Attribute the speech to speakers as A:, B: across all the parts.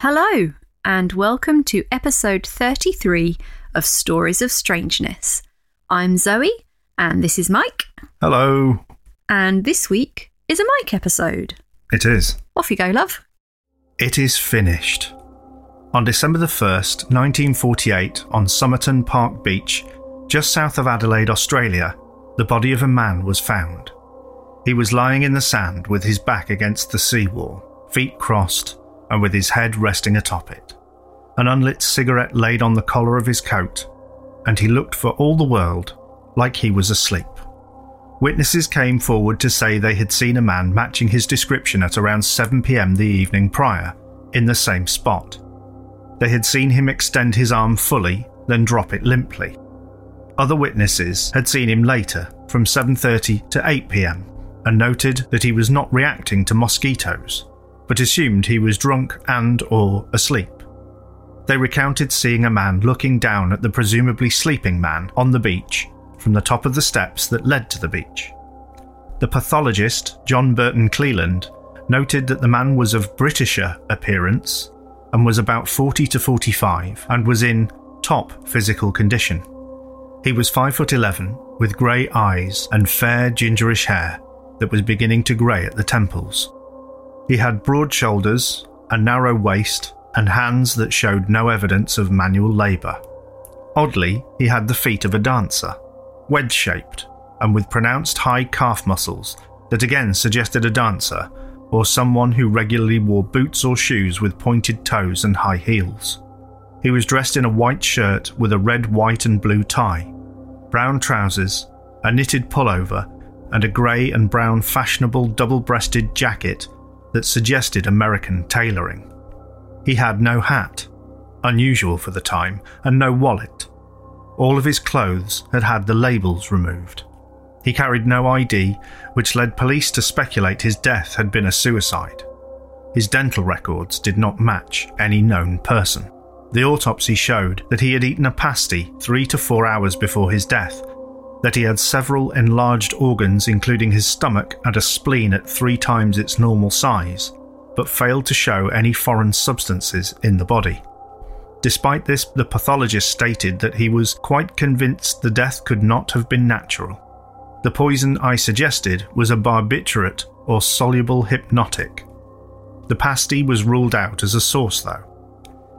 A: Hello, and welcome to episode 33 of Stories of Strangeness. I'm Zoe, and this is Mike,
B: Hello.
A: and this week is a Mike episode.
B: It is.
A: Off you go, love.
B: It is finished. On December the 1st, 1948, on Somerton Park Beach, just south of Adelaide, Australia, the body of a man was found. He was lying in the sand with his back against the seawall, feet crossed, and with his head resting atop it. An unlit cigarette laid on the collar of his coat, and he looked for all the world like he was asleep. Witnesses came forward to say they had seen a man matching his description at around 7 pm the evening prior, in the same spot. They had seen him extend his arm fully, then drop it limply. Other witnesses had seen him later, from 7:30 to 8 pm, and noted that he was not reacting to mosquitoes, but assumed he was drunk and or asleep. They recounted seeing a man looking down at the presumably sleeping man on the beach from the top of the steps that led to the beach. The pathologist, John Burton Cleland, noted that the man was of Britisher appearance and was about 40 to 45 and was in top physical condition. He was 5 foot 11 with grey eyes and fair gingerish hair that was beginning to grey at the temples. He had broad shoulders, a narrow waist, and hands that showed no evidence of manual labour. Oddly, he had the feet of a dancer, wedge shaped, and with pronounced high calf muscles that again suggested a dancer or someone who regularly wore boots or shoes with pointed toes and high heels. He was dressed in a white shirt with a red, white, and blue tie, brown trousers, a knitted pullover, and a grey and brown fashionable double breasted jacket that suggested American tailoring. He had no hat, unusual for the time, and no wallet. All of his clothes had had the labels removed. He carried no ID, which led police to speculate his death had been a suicide. His dental records did not match any known person. The autopsy showed that he had eaten a pasty three to four hours before his death, that he had several enlarged organs, including his stomach and a spleen at three times its normal size, but failed to show any foreign substances in the body. Despite this, the pathologist stated that he was quite convinced the death could not have been natural. The poison I suggested was a barbiturate or soluble hypnotic. The pasty was ruled out as a source, though.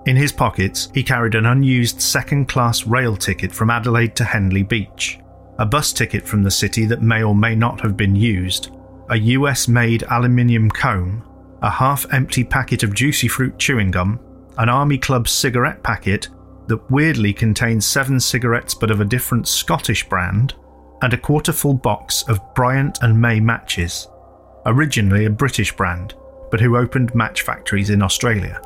B: In his pockets, he carried an unused second class rail ticket from Adelaide to Henley Beach, a bus ticket from the city that may or may not have been used, a US made aluminium comb, a half empty packet of juicy fruit chewing gum, an Army Club cigarette packet that weirdly contained seven cigarettes but of a different Scottish brand, and a quarter full box of Bryant and May matches, originally a British brand, but who opened match factories in Australia.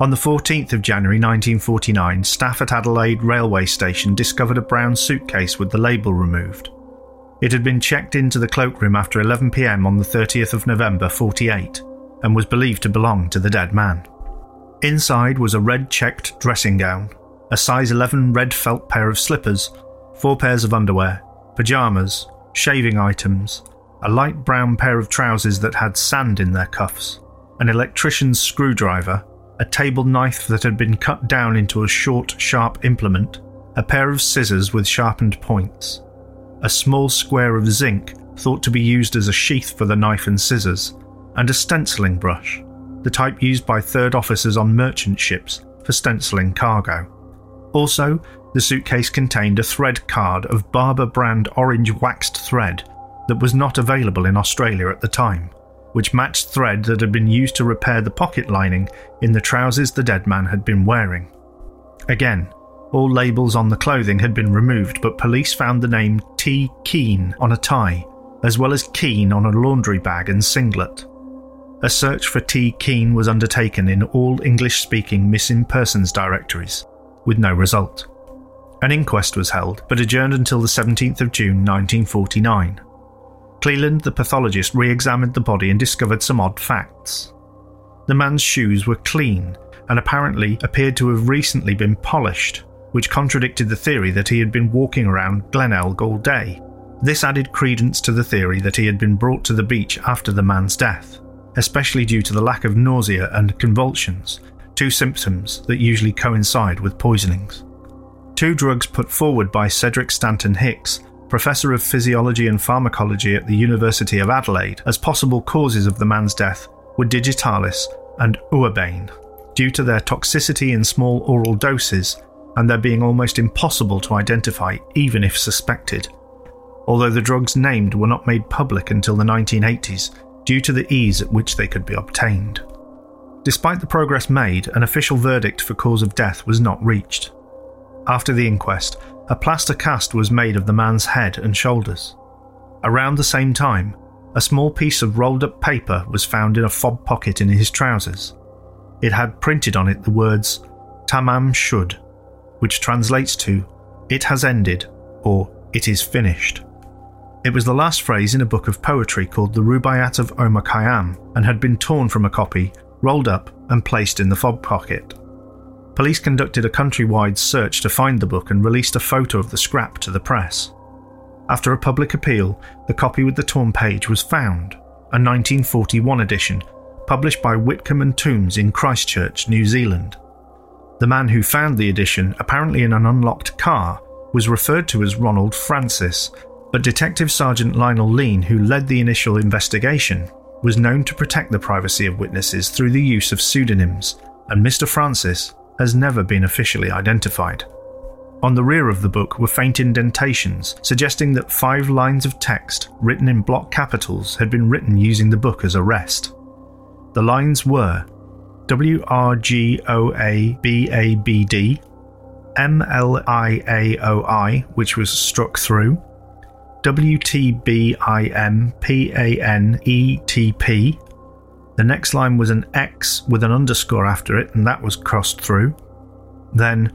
B: On the 14th of January 1949, staff at Adelaide railway station discovered a brown suitcase with the label removed. It had been checked into the cloakroom after 11 pm on the 30th of November 48 and was believed to belong to the dead man. Inside was a red checked dressing gown, a size 11 red felt pair of slippers, four pairs of underwear, pajamas, shaving items, a light brown pair of trousers that had sand in their cuffs, an electrician's screwdriver, a table knife that had been cut down into a short, sharp implement, a pair of scissors with sharpened points, a small square of zinc thought to be used as a sheath for the knife and scissors, and a stenciling brush, the type used by third officers on merchant ships for stenciling cargo. Also, the suitcase contained a thread card of Barber brand orange waxed thread that was not available in Australia at the time, which matched thread that had been used to repair the pocket lining in the trousers the dead man had been wearing. Again, all labels on the clothing had been removed, but police found the name T. Keen on a tie, as well as Keen on a laundry bag and singlet. A search for T. Keen was undertaken in all English speaking missing persons directories, with no result. An inquest was held, but adjourned until the 17th of June 1949. Cleland, the pathologist, re examined the body and discovered some odd facts. The man's shoes were clean and apparently appeared to have recently been polished, which contradicted the theory that he had been walking around Glenelg all day. This added credence to the theory that he had been brought to the beach after the man's death, especially due to the lack of nausea and convulsions, two symptoms that usually coincide with poisonings. Two drugs put forward by Cedric Stanton Hicks, Professor of Physiology and Pharmacology at the University of Adelaide, as possible causes of the man's death were digitalis and uabane, due to their toxicity in small oral doses and their being almost impossible to identify even if suspected. Although the drugs named were not made public until the 1980s due to the ease at which they could be obtained. Despite the progress made, an official verdict for cause of death was not reached. After the inquest, a plaster cast was made of the man's head and shoulders. Around the same time, a small piece of rolled up paper was found in a fob pocket in his trousers. It had printed on it the words Tamam Shud, which translates to It has ended or It is finished. It was the last phrase in a book of poetry called the Rubaiyat of Omar Khayyam and had been torn from a copy, rolled up, and placed in the fob pocket. Police conducted a countrywide search to find the book and released a photo of the scrap to the press. After a public appeal, the copy with the torn page was found, a 1941 edition, published by Whitcomb and Toombs in Christchurch, New Zealand. The man who found the edition, apparently in an unlocked car, was referred to as Ronald Francis, but Detective Sergeant Lionel Lean, who led the initial investigation, was known to protect the privacy of witnesses through the use of pseudonyms, and Mr. Francis has never been officially identified. On the rear of the book were faint indentations suggesting that five lines of text, written in block capitals, had been written using the book as a rest. The lines were W R G O A B A B D, M L I A O I, which was struck through, W T B I M P A N E T P. The next line was an X with an underscore after it, and that was crossed through. Then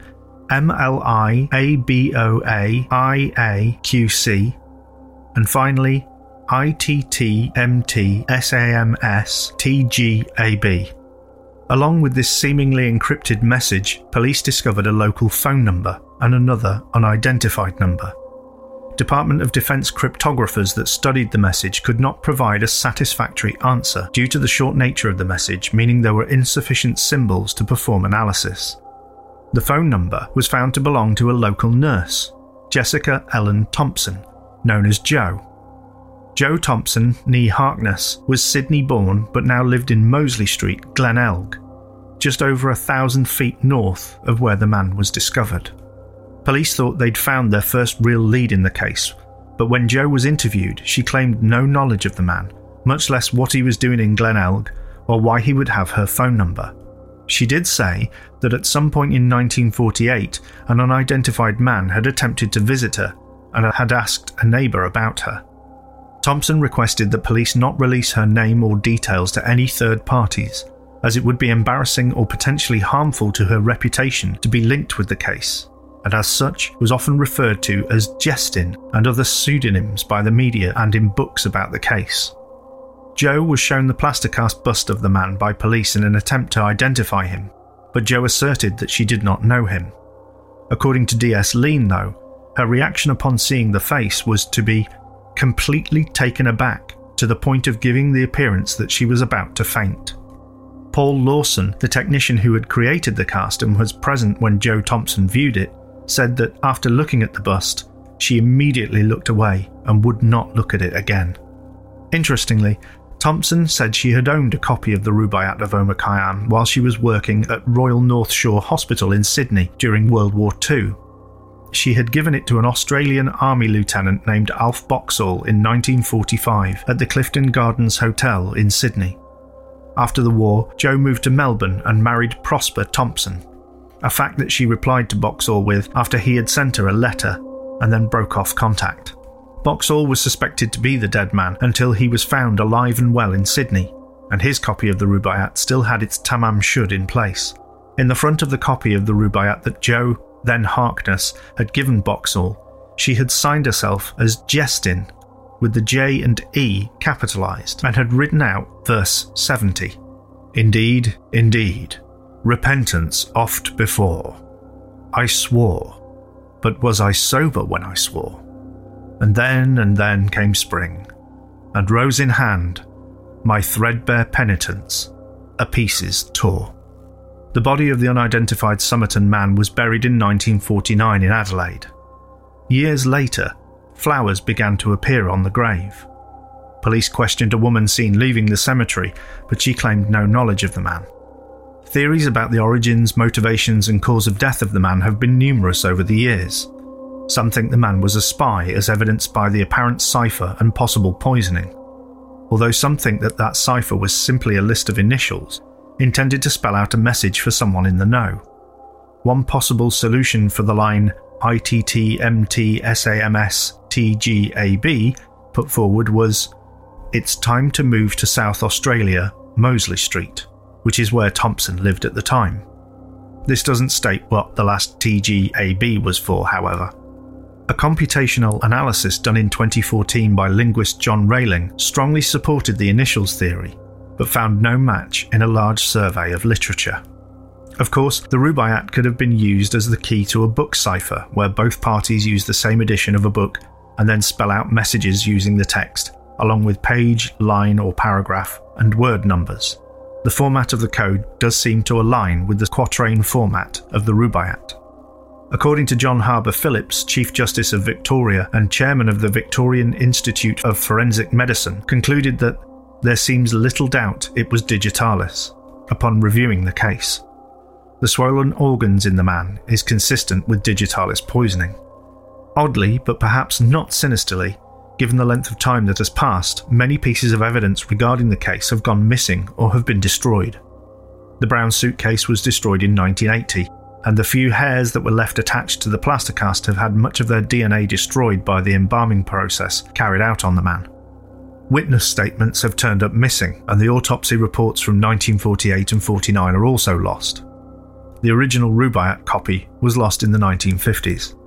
B: M L I A B O A I A Q C, and finally I T T M T S A M S T G A B. Along with this seemingly encrypted message, police discovered a local phone number and another unidentified number. Department of Defense cryptographers that studied the message could not provide a satisfactory answer due to the short nature of the message, meaning there were insufficient symbols to perform analysis. The phone number was found to belong to a local nurse, Jessica Ellen Thompson, known as Joe. Joe Thompson, nee Harkness, was Sydney born but now lived in Mosley Street, Glenelg, just over a thousand feet north of where the man was discovered. Police thought they'd found their first real lead in the case, but when Joe was interviewed, she claimed no knowledge of the man, much less what he was doing in Glenelg or why he would have her phone number. She did say that at some point in 1948, an unidentified man had attempted to visit her and had asked a neighbour about her. Thompson requested that police not release her name or details to any third parties, as it would be embarrassing or potentially harmful to her reputation to be linked with the case and as such was often referred to as Jestin and other pseudonyms by the media and in books about the case. Joe was shown the plastercast bust of the man by police in an attempt to identify him, but Joe asserted that she did not know him. According to DS Lean, though, her reaction upon seeing the face was to be completely taken aback to the point of giving the appearance that she was about to faint. Paul Lawson, the technician who had created the cast and was present when Joe Thompson viewed it, said that after looking at the bust, she immediately looked away and would not look at it again. Interestingly, Thompson said she had owned a copy of the Rubaiyat of Omar Khayyam while she was working at Royal North Shore Hospital in Sydney during World War II. She had given it to an Australian Army lieutenant named Alf Boxall in 1945 at the Clifton Gardens Hotel in Sydney. After the war, Joe moved to Melbourne and married Prosper Thompson, a fact that she replied to Boxall with after he had sent her a letter and then broke off contact. Boxall was suspected to be the dead man until he was found alive and well in Sydney, and his copy of the Rubaiyat still had its Tamam Shud in place. In the front of the copy of the Rubaiyat that Joe, then Harkness, had given Boxall, she had signed herself as Jestin, with the J and E capitalised, and had written out verse 70. Indeed, indeed, repentance oft before. I swore, but was I sober when I swore? And then and then came spring, and rose in hand, my threadbare penitence, a pieces tore. The body of the unidentified Somerton man was buried in 1949 in Adelaide. Years later, flowers began to appear on the grave. Police questioned a woman seen leaving the cemetery, but she claimed no knowledge of the man. Theories about the origins, motivations, and cause of death of the man have been numerous over the years. Some think the man was a spy, as evidenced by the apparent cipher and possible poisoning. Although some think that that cipher was simply a list of initials, intended to spell out a message for someone in the know. One possible solution for the line ITTMTSAMSTGAB put forward was It's time to move to South Australia, Mosley Street, which is where Thompson lived at the time. This doesn't state what the last TGAB was for, however. A computational analysis done in 2014 by linguist John Rayling strongly supported the initials theory, but found no match in a large survey of literature. Of course, the Rubaiyat could have been used as the key to a book cipher, where both parties use the same edition of a book and then spell out messages using the text, along with page, line, or paragraph, and word numbers. The format of the code does seem to align with the quatrain format of the Rubaiyat. According to John Harbour Phillips, Chief Justice of Victoria and Chairman of the Victorian Institute of Forensic Medicine, concluded that there seems little doubt it was digitalis upon reviewing the case. The swollen organs in the man is consistent with digitalis poisoning. Oddly, but perhaps not sinisterly, given the length of time that has passed, many pieces of evidence regarding the case have gone missing or have been destroyed. The brown suitcase was destroyed in 1980, and the few hairs that were left attached to the plaster cast have had much of their DNA destroyed by the embalming process carried out on the man. Witness statements have turned up missing, and the autopsy reports from 1948 and 49 are also lost. The original Rubaiyat copy was lost in the 1950s.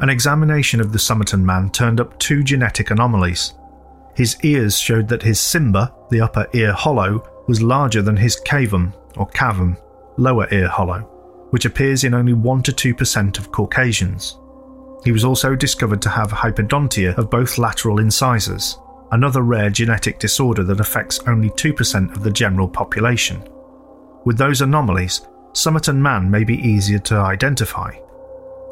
B: An examination of the Somerton man turned up two genetic anomalies. His ears showed that his simba, the upper ear hollow, was larger than his cavum, or cavum, lower ear hollow, which appears in only 1 to 2% of Caucasians. He was also discovered to have hypodontia of both lateral incisors, another rare genetic disorder that affects only 2% of the general population. With those anomalies, Somerton man may be easier to identify.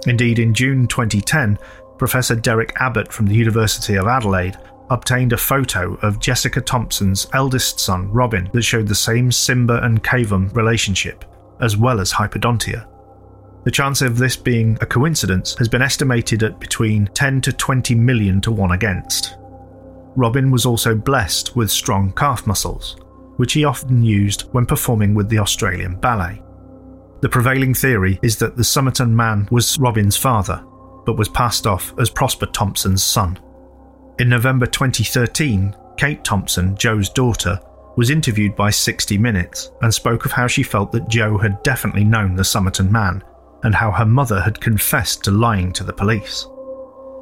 B: Indeed, in June 2010, Professor Derek Abbott from the University of Adelaide obtained a photo of Jessica Thompson's eldest son, Robin, that showed the same Simba and Cavum relationship, as well as hypodontia. The chance of this being a coincidence has been estimated at between 10 to 20 million to 1 against. Robin was also blessed with strong calf muscles, which he often used when performing with the Australian Ballet. The prevailing theory is that the Somerton man was Robin's father, but was passed off as Prosper Thompson's son. In November 2013, Kate Thompson, Joe's daughter, was interviewed by 60 Minutes and spoke of how she felt that Joe had definitely known the Somerton man and how her mother had confessed to lying to the police.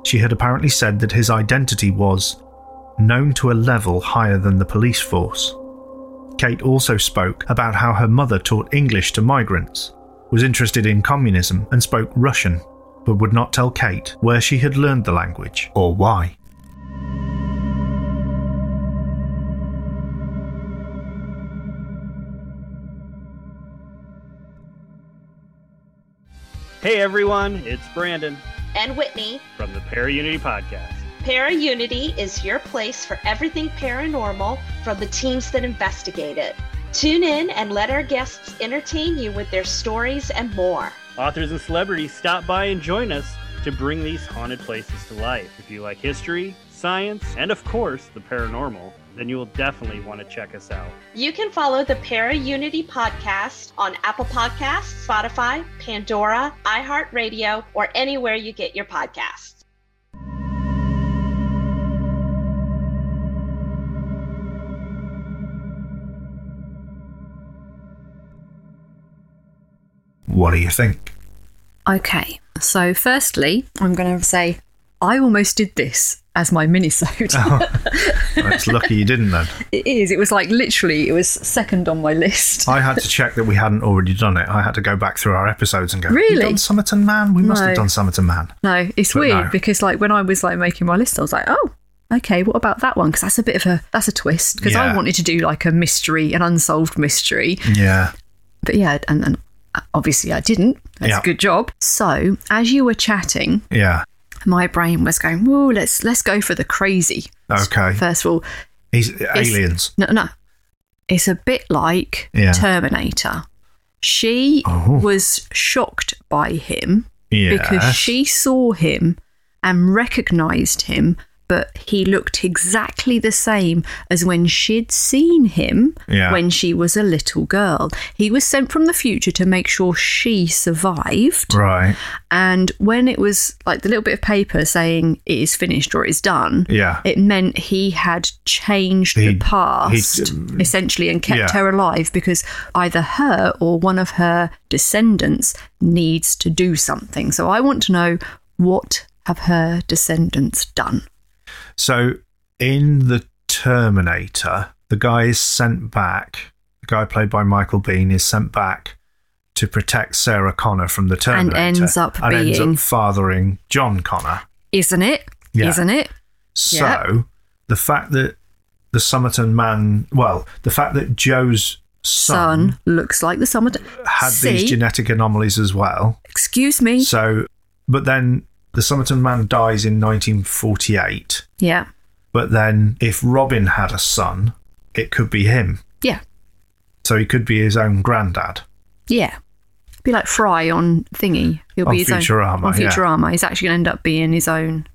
B: She had apparently said that his identity was known to a level higher than the police force. Kate also spoke about how her mother taught English to migrants, was interested in communism, and spoke Russian, but would not tell Kate where she had learned the language or why.
C: Hey everyone, it's Brandon
D: and Whitney
C: from the Para Unity Podcast.
D: ParaUnity is your place for everything paranormal from the teams that investigate it. Tune in and let our guests entertain you with their stories and more.
C: Authors and celebrities stop by and join us to bring these haunted places to life. If you like history, science, and of course, the paranormal, then you will definitely want to check us out.
D: You can follow the ParaUnity podcast on Apple Podcasts, Spotify, Pandora, iHeartRadio, or anywhere you get your podcasts.
B: What do you think?
A: Okay, so firstly, I'm going to say I almost did this as my minisode.
B: Oh. Well, it's lucky you didn't then.
A: it is. It was like literally, it was second on my list.
B: I had to check that we hadn't already done it. I had to go back through our episodes and go, "Have we
A: Really?
B: done Somerton Man? We must
A: No.
B: have done Somerton Man.
A: No, it's
B: But
A: weird
B: no.
A: because like when I was like making my list, I was like, oh, okay, what about that one? Because that's a bit of a that's a twist. Because
B: Yeah.
A: I wanted to do like a mystery, an unsolved mystery,
B: Yeah.
A: But yeah, and, and obviously I didn't. That's
B: Yeah.
A: a good job. So as you were chatting,
B: Yeah.
A: my brain was going, "Whoa, let's let's go for the crazy."
B: Okay.
A: First of all,
B: He's aliens.
A: no, no, it's a bit like
B: Yeah.
A: Terminator. She
B: Oh.
A: was shocked by him
B: Yeah.
A: because she saw him and recognized him, but he looked exactly the same as when she'd seen him
B: Yeah.
A: when she was a little girl. He was sent from the future to make sure she survived.
B: Right.
A: And when it was like the little bit of paper saying it is finished or it is done,
B: Yeah.
A: it meant he had changed
B: He-
A: the past
B: he-
A: essentially and kept
B: Yeah.
A: her alive because either her or one of her descendants needs to do something. So I want to know what have her descendants done?
B: So in the Terminator, the guy is sent back. The guy played by Michael Bean is sent back to protect Sarah Connor from the
A: And
B: Terminator,
A: ends up
B: and ends
A: being-
B: up fathering John Connor.
A: Isn't it?
B: Yeah.
A: not it?
B: So
A: Yeah.
B: the fact that the Somerton man, well, the fact that Joe's son,
A: Son looks like the summer.
B: had
A: See?
B: these genetic anomalies as well.
A: Excuse me.
B: So, but then the Somerton man dies in 1948.
A: yeah.
B: But then if Robin had a son, it could be him.
A: Yeah.
B: So he could be his own granddad.
A: Yeah. Be like Fry on Thingy. He'll
B: On
A: be his
B: Futurama,
A: own on
B: yeah.
A: Futurama. He's actually going to end up being his own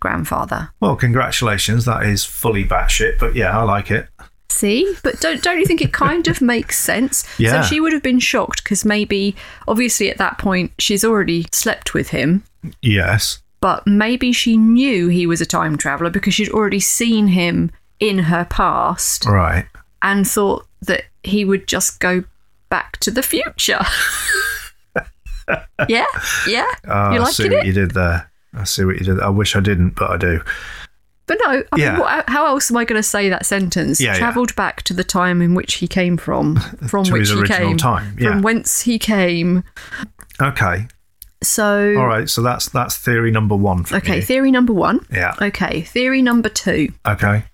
A: grandfather.
B: Well, congratulations. That is fully batshit, but yeah, I like it.
A: See, but don't don't you think it kind of makes sense?
B: Yeah.
A: So she would have been shocked because maybe, obviously, at that point she's already slept with him,
B: Yes.
A: but maybe she knew he was a time traveler because she'd already seen him in her past
B: Right.
A: and thought that he would just go back to the future. yeah, yeah,
B: Ah,
A: you
B: I see
A: liking
B: what
A: it?
B: you did there. I see what you did. I wish I didn't, but I do.
A: But no, I
B: Yeah.
A: mean, what, how else am I going to say that sentence?
B: Yeah, yeah.
A: Travelled back to the time in which he came from, from
B: To
A: which
B: his
A: he
B: original
A: came,
B: time, yeah.
A: from whence he came.
B: Okay.
A: So,
B: All right. So that's that's theory number one. For
A: okay,
B: me.
A: theory number one.
B: yeah.
A: Okay, theory number two.
B: Okay.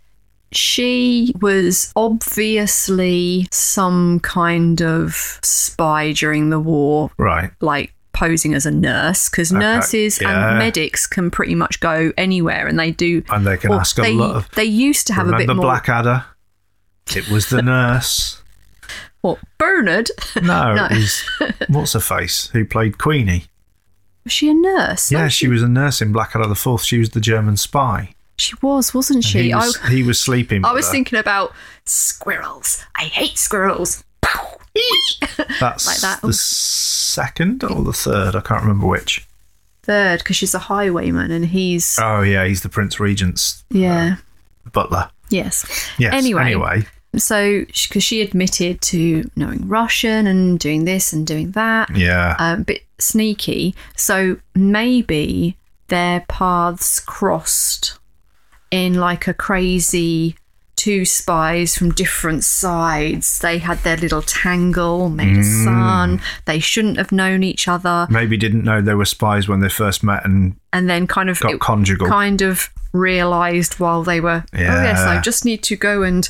A: She was obviously some kind of spy during the war,
B: Right.
A: like posing as a nurse, because
B: Okay,
A: nurses
B: yeah.
A: and medics can pretty much go anywhere, and they do.
B: And they can
A: or
B: ask a
A: they,
B: lot of.
A: They used to have
B: Remember
A: a bit more.
B: Blackadder? It was the nurse.
A: What Bernard?
B: No,
A: No.
B: it was what's her face who played Queenie.
A: Was she a nurse? No,
B: yeah, she was a nurse in Blackadder the Fourth. She was the German spy.
A: She was, wasn't
B: And
A: she?
B: he was, uh,
A: I,
B: he was sleeping.
A: I
B: with
A: was
B: her.
A: thinking about squirrels. I hate squirrels. Pow!
B: that's
A: like that. um,
B: the second or the third. I can't remember which.
A: Third, because she's a highwayman and he's
B: Oh yeah, he's the Prince Regent's
A: yeah.
B: butler.
A: Yes.
B: Yes. Anyway,
A: Anyway, so because she admitted to knowing Russian and doing this and doing that,
B: yeah,
A: um, a bit sneaky. So maybe their paths crossed in like a crazy two spies from different sides. They had their little tangle, made a
B: Mm.
A: son. They shouldn't have known each other,
B: maybe didn't know they were spies when they first met, and
A: and then kind of
B: Got conjugal.
A: kind of realized while they were. Oh yes,
B: Yeah.
A: I just need to go and.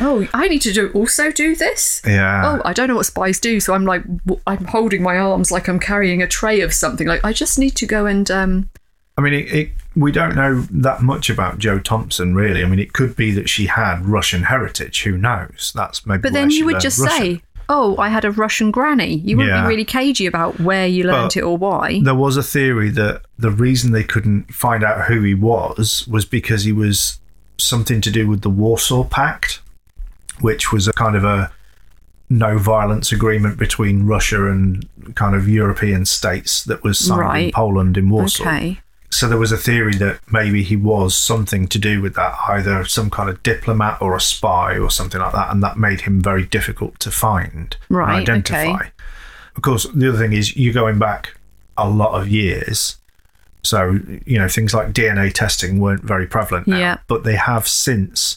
A: Oh, I need to do also do this.
B: yeah,
A: Oh, I don't know what spies do, so I'm like, w- I'm holding my arms like I'm carrying a tray of something. Like, I just need to go and, um,
B: I mean, it, it, we don't know that much about Joe Thompson, really. I mean, it could be that she had Russian heritage. Who knows? That's maybe.
A: but
B: where
A: then
B: she
A: you would
B: learned
A: just
B: Russian.
A: say, oh, I had a Russian granny. You wouldn't
B: Yeah.
A: be really cagey about where you learnt
B: But-
A: it or why.
B: there was a theory that the reason they couldn't find out who he was was because he was something to do with the Warsaw Pact, which was a kind of a no violence agreement between Russia and kind of European states that was signed in
A: Right.
B: Poland in Warsaw.
A: Okay.
B: So there was a theory that maybe he was something to do with that, either some kind of diplomat or a spy or something like that, and that made him very difficult to find and
A: Right,
B: identify.
A: okay.
B: Of course, the other thing is you're going back a lot of years. So, you know, things like DNA testing weren't very prevalent now,
A: Yeah.
B: but they have since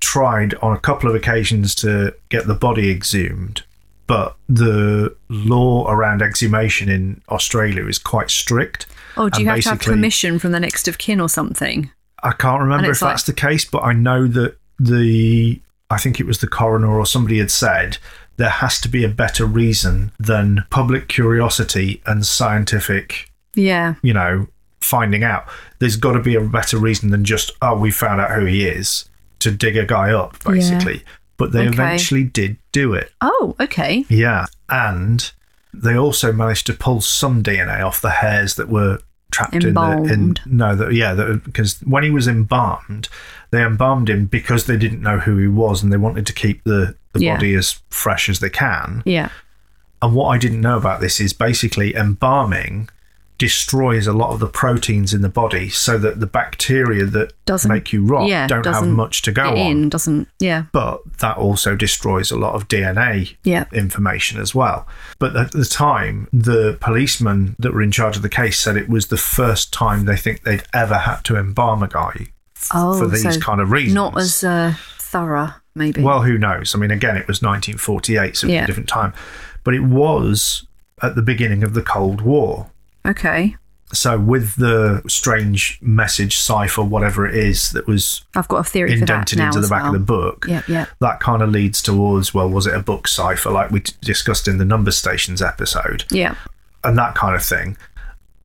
B: tried on a couple of occasions to get the body exhumed. But the law around exhumation in Australia is quite strict.
A: Oh, do
B: And
A: you have to have
B: basically-
A: permission from the next of kin or something?
B: I can't remember
A: And
B: if
A: it's
B: that's the case, but I know that the I think it was the coroner or somebody had said there has to be a better reason than public curiosity and scientific,
A: Yeah.
B: you know, finding out. There's got to be a better reason than just, oh, we found out who he is to dig a guy up,
A: Yeah.
B: basically. But they
A: Okay.
B: eventually did do it.
A: Oh, okay.
B: Yeah. And they also managed to pull some DNA off the hairs that were trapped in
A: Embalmed.
B: the in no that yeah that because when he was embalmed they embalmed him because they didn't know who he was and they wanted to keep the the
A: Yeah.
B: body as fresh as they can
A: Yeah.
B: and what i didn't know about this is basically embalming destroys a lot of the proteins in the body so that the bacteria that
A: Doesn't
B: make you rot
A: yeah,
B: don't have
A: doesn't
B: much to go
A: get
B: on
A: in. Doesn't. Yeah.
B: but that also destroys a lot of dna
A: Yeah.
B: information as well. But at the time, the policemen that were in charge of the case said it was the first time they think they'd ever had to embalm a guy f-
A: Oh,
B: for these
A: so
B: kind of reasons.
A: Not as uh, thorough, maybe.
B: well, who knows? I mean, again, it was 1948, so it was
A: Yeah.
B: a different time. But it was at the beginning of the Cold War.
A: okay.
B: So, with the strange message cipher, whatever it is, that was
A: I've got a theory for that
B: indented
A: now
B: into the
A: as
B: back
A: well.
B: of the book,
A: Yeah. Yeah.
B: that kind of leads towards well, was it a book cipher like we t- discussed in the number stations episode?
A: Yeah.
B: and that kind of thing.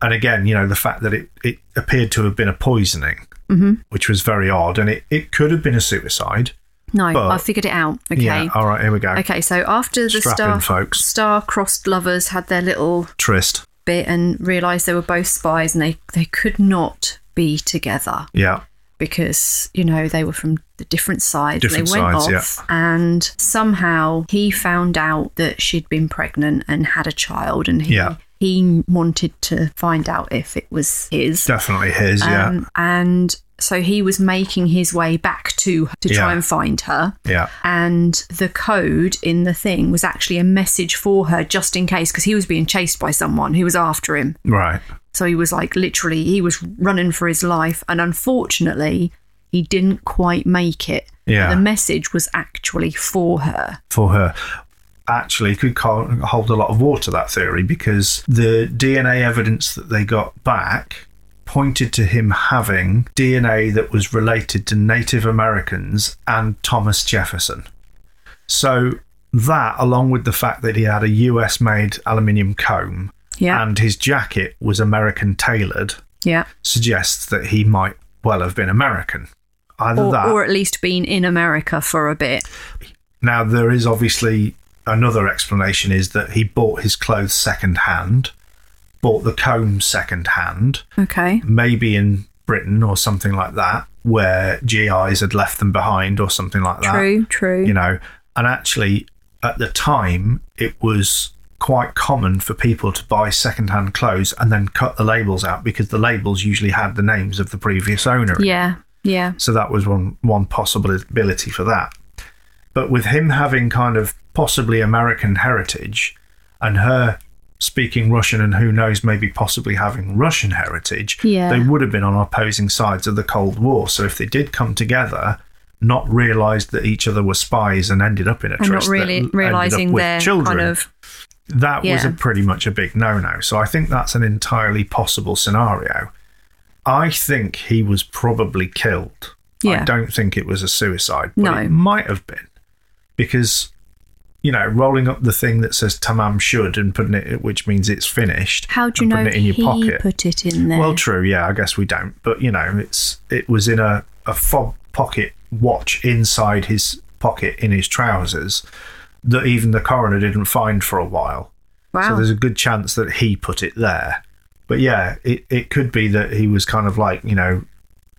B: And again, you know, the fact that it, it appeared to have been a poisoning,
A: Mm-hmm.
B: which was very odd. And it, it could have been a suicide.
A: No,
B: But-
A: I figured it out. Okay.
B: Yeah. All right, here we go.
A: Okay, so after the
B: Strap
A: star
B: in, folks.
A: star-crossed lovers had their little
B: Trist.
A: bit and realised they were both spies and they, they could not be together
B: Yeah.
A: because, you know, they were from the different sides.
B: Different
A: they went
B: sides, yeah.
A: off and somehow he found out that she'd been pregnant and had a child and he
B: Yeah.
A: he wanted to find out if it was his.
B: Definitely his. yeah.
A: Um, and so he was making his way back to to try
B: Yeah.
A: and find her
B: Yeah.
A: and the code in the thing was actually a message for her just in case because he was being chased by someone who was after him
B: Right.
A: so he was like literally he was running for his life and unfortunately he didn't quite make it
B: Yeah.
A: the message was actually for her
B: for her. Actually, could co- hold a lot of water, that theory, because the DNA evidence that they got back pointed to him having DNA that was related to Native Americans and Thomas Jefferson. So, that, along with the fact that he had a US made aluminium comb
A: yeah
B: and his jacket was American tailored,
A: yeah
B: suggests that he might well have been American. Either
A: or,
B: that
A: or at least been in america for a bit
B: Now, there is obviously another explanation is that he bought his clothes second hand, bought the comb second hand,
A: okay
B: maybe in Britain or something like that, where GIs had left them behind or something like that.
A: true true
B: You know, and actually, at the time, it was quite common for people to buy second hand clothes and then cut the labels out because the labels usually had the names of the previous owner in
A: yeah yeah
B: so that was one one possibility for that. But with him having kind of possibly American heritage and her speaking Russian and who knows maybe possibly having Russian heritage,
A: Yeah.
B: they would have been on opposing sides of the Cold War. So if they did come together, not realised that each other were spies and ended up in a
A: and not
B: tryst that
A: really
B: ended up
A: realizing
B: with
A: their
B: children,
A: kind of
B: that was
A: Yeah.
B: a pretty much a big no-no. So I think that's an entirely possible scenario. I think he was probably killed. I
A: Yeah.
B: don't think it was a suicide, but
A: No.
B: it might have been because you know rolling up the thing that says "tamam should" and putting it, which means it's finished.
A: how do you
B: and
A: know
B: putting it in your
A: he
B: pocket?
A: put it in there
B: Well, true. Yeah, I guess we don't. But you know, it's it was in a a fob pocket watch inside his pocket in his trousers that even the coroner didn't find for a while. So
A: wow
B: there's a good chance that he put it there. But yeah, it, it could be that he was kind of like, you know,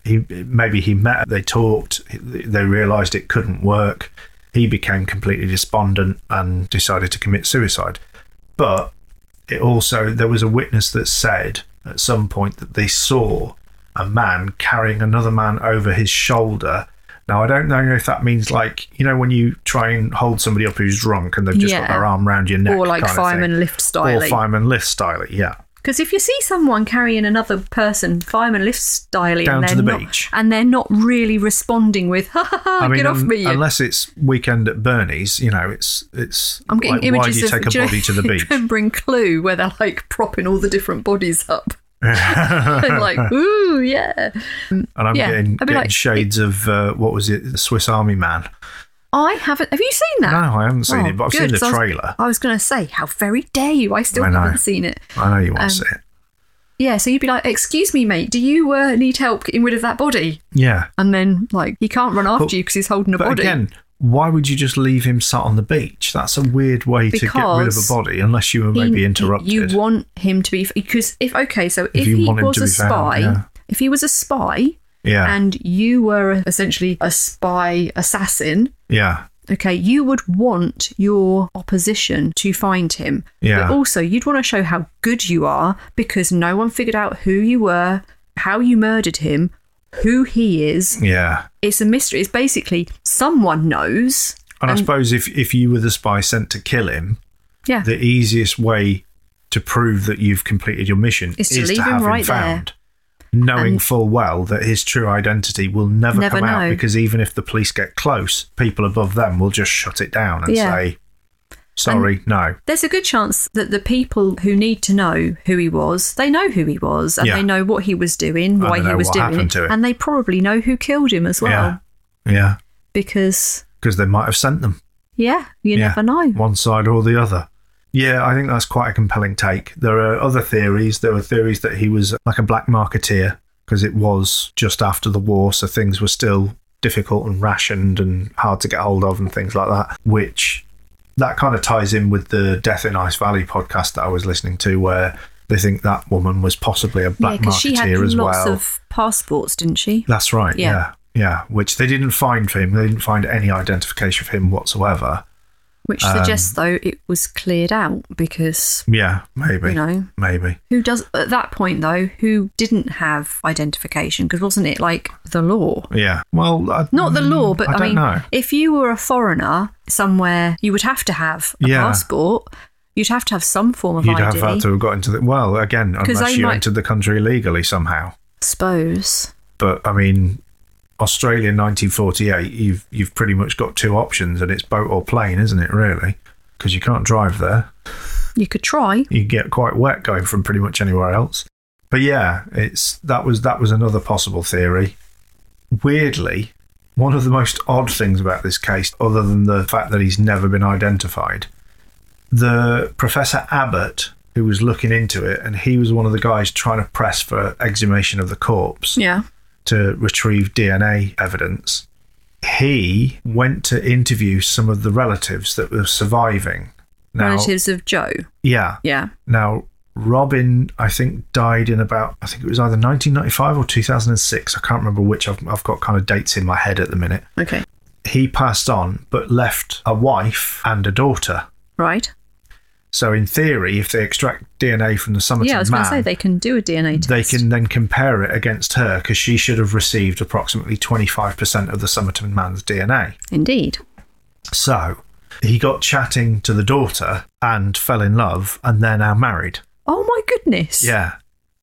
B: he maybe he met, they talked, they realized it couldn't work. He became completely despondent and decided to commit suicide. But it also, there was a witness that said at some point that they saw a man carrying another man over his shoulder. Now, I don't know if that means like, you know, when you try and hold somebody up who's drunk and they've just got
A: Yeah.
B: their arm around your neck.
A: or like
B: kind of thing.
A: fireman lift
B: Or
A: styling
B: fireman lift styling, yeah.
A: Because if you see someone carrying another person, fireman lift styling,
B: Down
A: and
B: to
A: they're
B: the
A: not,
B: beach.
A: and they're not really responding with "ha ha ha,
B: I mean,
A: get Oh, off
B: un-
A: me!" you-"
B: unless it's weekend at Bernie's, you know, it's it's.
A: I'm getting
B: like,
A: images
B: why do you
A: of
B: take
A: do
B: a
A: you
B: body to the beach?
A: Remembering Clue, where they're like propping all the different bodies up, and like, ooh, yeah,
B: And I'm
A: Yeah,
B: getting,
A: I'd be
B: getting
A: like-
B: shades of uh, what was it, the Swiss Army Man.
A: I haven't. Have you seen that?
B: No, I haven't seen
A: Oh,
B: it, but I've
A: good,
B: seen the
A: so I was-
B: trailer.
A: I was, going to say, how very dare you? I still
B: I know.
A: haven't seen it.
B: I know you want
A: um,
B: to see it.
A: Yeah, so you'd be like, "Excuse me, mate, do you uh, need help getting rid of that body?"
B: Yeah.
A: And then like he can't run after
B: But-
A: you because he's holding a
B: But
A: body.
B: again, why would you just leave him sat on the beach? That's a weird way to get rid of
A: Because
B: a body, unless you were
A: He-
B: maybe interrupted.
A: You want him to be because if okay, so if,
B: you
A: he
B: want him
A: was
B: to
A: a
B: be found,
A: spy,
B: yeah.
A: if he was a spy,
B: yeah,
A: and you were essentially a spy assassin,
B: yeah,
A: okay, you would want your opposition to find him.
B: Yeah.
A: But also, you'd want to show how good you are because no one figured out who you were, how you murdered him, who he is.
B: yeah.
A: It's a mystery. It's basically someone knows.
B: And I suppose if if you were the spy sent to kill him,
A: Yeah.
B: the easiest way to prove that you've completed your mission
A: Is
B: is
A: to
B: to,
A: leave him
B: have
A: right
B: him
A: there.
B: found, knowing
A: And-
B: full well that his true identity will never,
A: Never
B: come out
A: know.
B: because even if the police get close, people above them will just shut it down and
A: Yeah.
B: say, "Sorry, no."
A: there's a good chance that the people who need to know who he was, they know who he was and
B: Yeah.
A: they know what he was doing,
B: And
A: why
B: they
A: he
B: know
A: was
B: what
A: doing
B: happened
A: it,
B: to him.
A: and they probably know who killed him as well.
B: Yeah, yeah,
A: Because,
B: because they might have sent them.
A: yeah, you
B: Yeah,
A: never know.
B: One side or the other. Yeah, I think that's quite a compelling take. There are other theories. There were theories that he was like a black marketeer because it was just after the war, so things were still difficult and rationed and hard to get hold of and things like that, which that kind of ties in with the Death in Ice Valley podcast that I was listening to where they think that woman was possibly a
A: Yeah,
B: black
A: because
B: marketeer
A: she had
B: as
A: lots
B: well.
A: of passports, didn't she?
B: That's right.
A: Yeah.
B: Yeah. yeah. which they didn't find for him. They didn't find any identification of him whatsoever.
A: Which
B: Um,
A: suggests, though, it was cleared out because
B: Yeah, maybe.
A: You know.
B: Maybe.
A: who does at that point though? Who didn't have identification? Because wasn't it like the law?
B: Yeah. Well, I,
A: Not the law, but I,
B: I don't
A: mean,
B: know.
A: if you were a foreigner somewhere, you would have to have a
B: Yeah.
A: passport. You'd have to have some form of
B: You'd have
A: ID.
B: had to have got into the well again,
A: 'Cause
B: unless
A: they
B: you
A: might-
B: entered the country legally somehow.
A: Suppose.
B: But I mean, Australia, 1948. You've you've pretty much got two options, and it's boat or plane, isn't it? Really, because you can't drive there.
A: You could try.
B: You get quite wet going from pretty much anywhere else. But yeah, it's that was that was another possible theory. Weirdly, one of the most odd things about this case, other than the fact that he's never been identified, the Professor Abbott, who was looking into it, and he was one of the guys trying to press for exhumation of the corpse
A: Yeah.
B: to retrieve DNA evidence. He went to interview some of the relatives that were surviving. Now,
A: Relatives of Joe.
B: yeah,
A: Yeah.
B: now, Robin, I think, died in about, I think it was either 1995 or 2006. I can't remember which. I've, I've got kind of dates in my head at the minute.
A: Okay.
B: He passed on, but left a wife and a daughter.
A: Right.
B: So, in theory, if they extract DNA from the Summerton
A: yeah, I was
B: man,
A: going to say they can do a DNA test.
B: they can then compare it against her because she should have received approximately 25% of the Summerton man's DNA.
A: Indeed.
B: So, he got chatting to the daughter and fell in love, and they're now married.
A: Oh my goodness.
B: Yeah.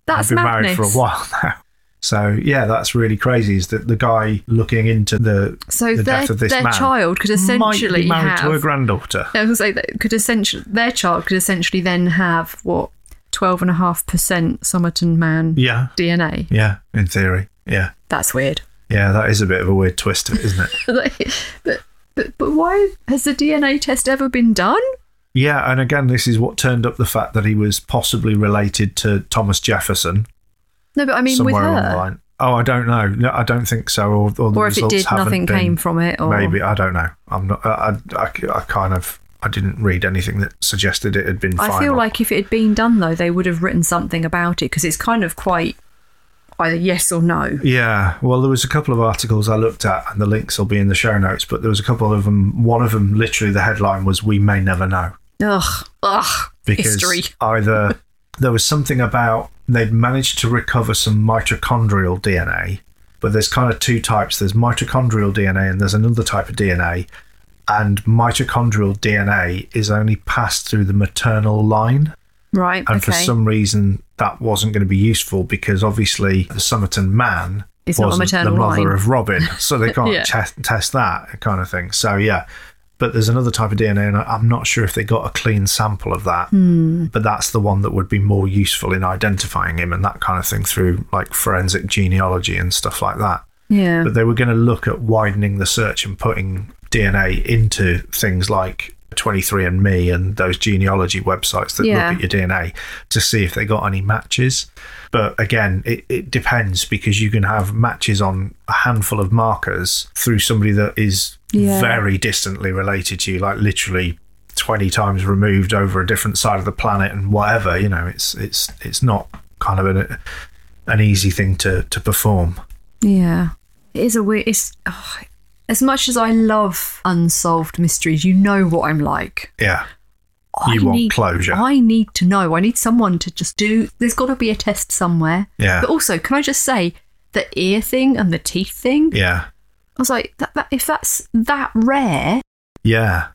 A: That's
B: I've been
A: madness.
B: married for a while now. So yeah, that's really crazy. Is that the guy looking into the
A: So
B: the
A: their,
B: death of this
A: their
B: man
A: child could essentially
B: might be married
A: have,
B: to her granddaughter?
A: I was gonna say that could essentially their child could essentially then have what twelve and a half percent Somerton man
B: Yeah,
A: DNA.
B: yeah. In theory, yeah,
A: That's weird.
B: yeah. That is a bit of a weird twist, of it, isn't it?
A: but, but but why has the DNA test ever been done?
B: yeah, and again, this is what turned up the fact that he was possibly related to Thomas Jefferson
A: No, but I mean with
B: somewhere along the
A: her,
B: line. Oh, I don't know. No, I don't think so. Or, or, the
A: or if it
B: results
A: did,
B: haven't
A: nothing
B: been-
A: came from it, or
B: Maybe I don't know. I'm not. I, I, I, I kind of. I didn't read anything that suggested it had been.
A: I feel
B: final.
A: like if it had been done though, they would have written something about it because it's kind of quite either yes or no.
B: Yeah, well, there was a couple of articles I looked at, and the links will be in the show notes. But there was a couple of them. One of them, literally, the headline was "We may never know"
A: Ugh, ugh,
B: because
A: history.
B: either there was something about they'd managed to recover some mitochondrial DNA, but there's kind of two types. There's mitochondrial DNA, and there's another type of DNA. And mitochondrial DNA is only passed through the maternal line.
A: Right.
B: And
A: okay.
B: for some reason, that wasn't going to be useful because obviously the Somerton man
A: It's not a
B: wasn't
A: maternal
B: the mother
A: line.
B: of Robin, so they can't
A: Yeah.
B: te- test that kind of thing. So yeah, but there's another type of DNA, and I- I'm not sure if they got a clean sample of that.
A: Hmm.
B: But that's the one that would be more useful in identifying him and that kind of thing through like forensic genealogy and stuff like that.
A: yeah.
B: But they were going to look at widening the search and putting DNA into things like 23andMe and those genealogy websites that
A: Yeah.
B: look at your DNA to see if they got any matches. But again, it, it depends because you can have matches on a handful of markers through somebody that is
A: Yeah.
B: very distantly related to you, like literally 20 times removed over a different side of the planet and whatever. You know, it's it's it's not kind of an an easy thing to to perform.
A: Yeah. It is a weird. It's, oh, as much as I love unsolved mysteries, you know what I'm like.
B: Yeah.
A: I
B: You want
A: need-
B: closure.
A: I need to know. I need someone to just do. There's got to be a test somewhere.
B: Yeah.
A: But also, can I just say the ear thing and the teeth thing?
B: Yeah.
A: I was like, that, that, if that's that rare,
B: Yeah.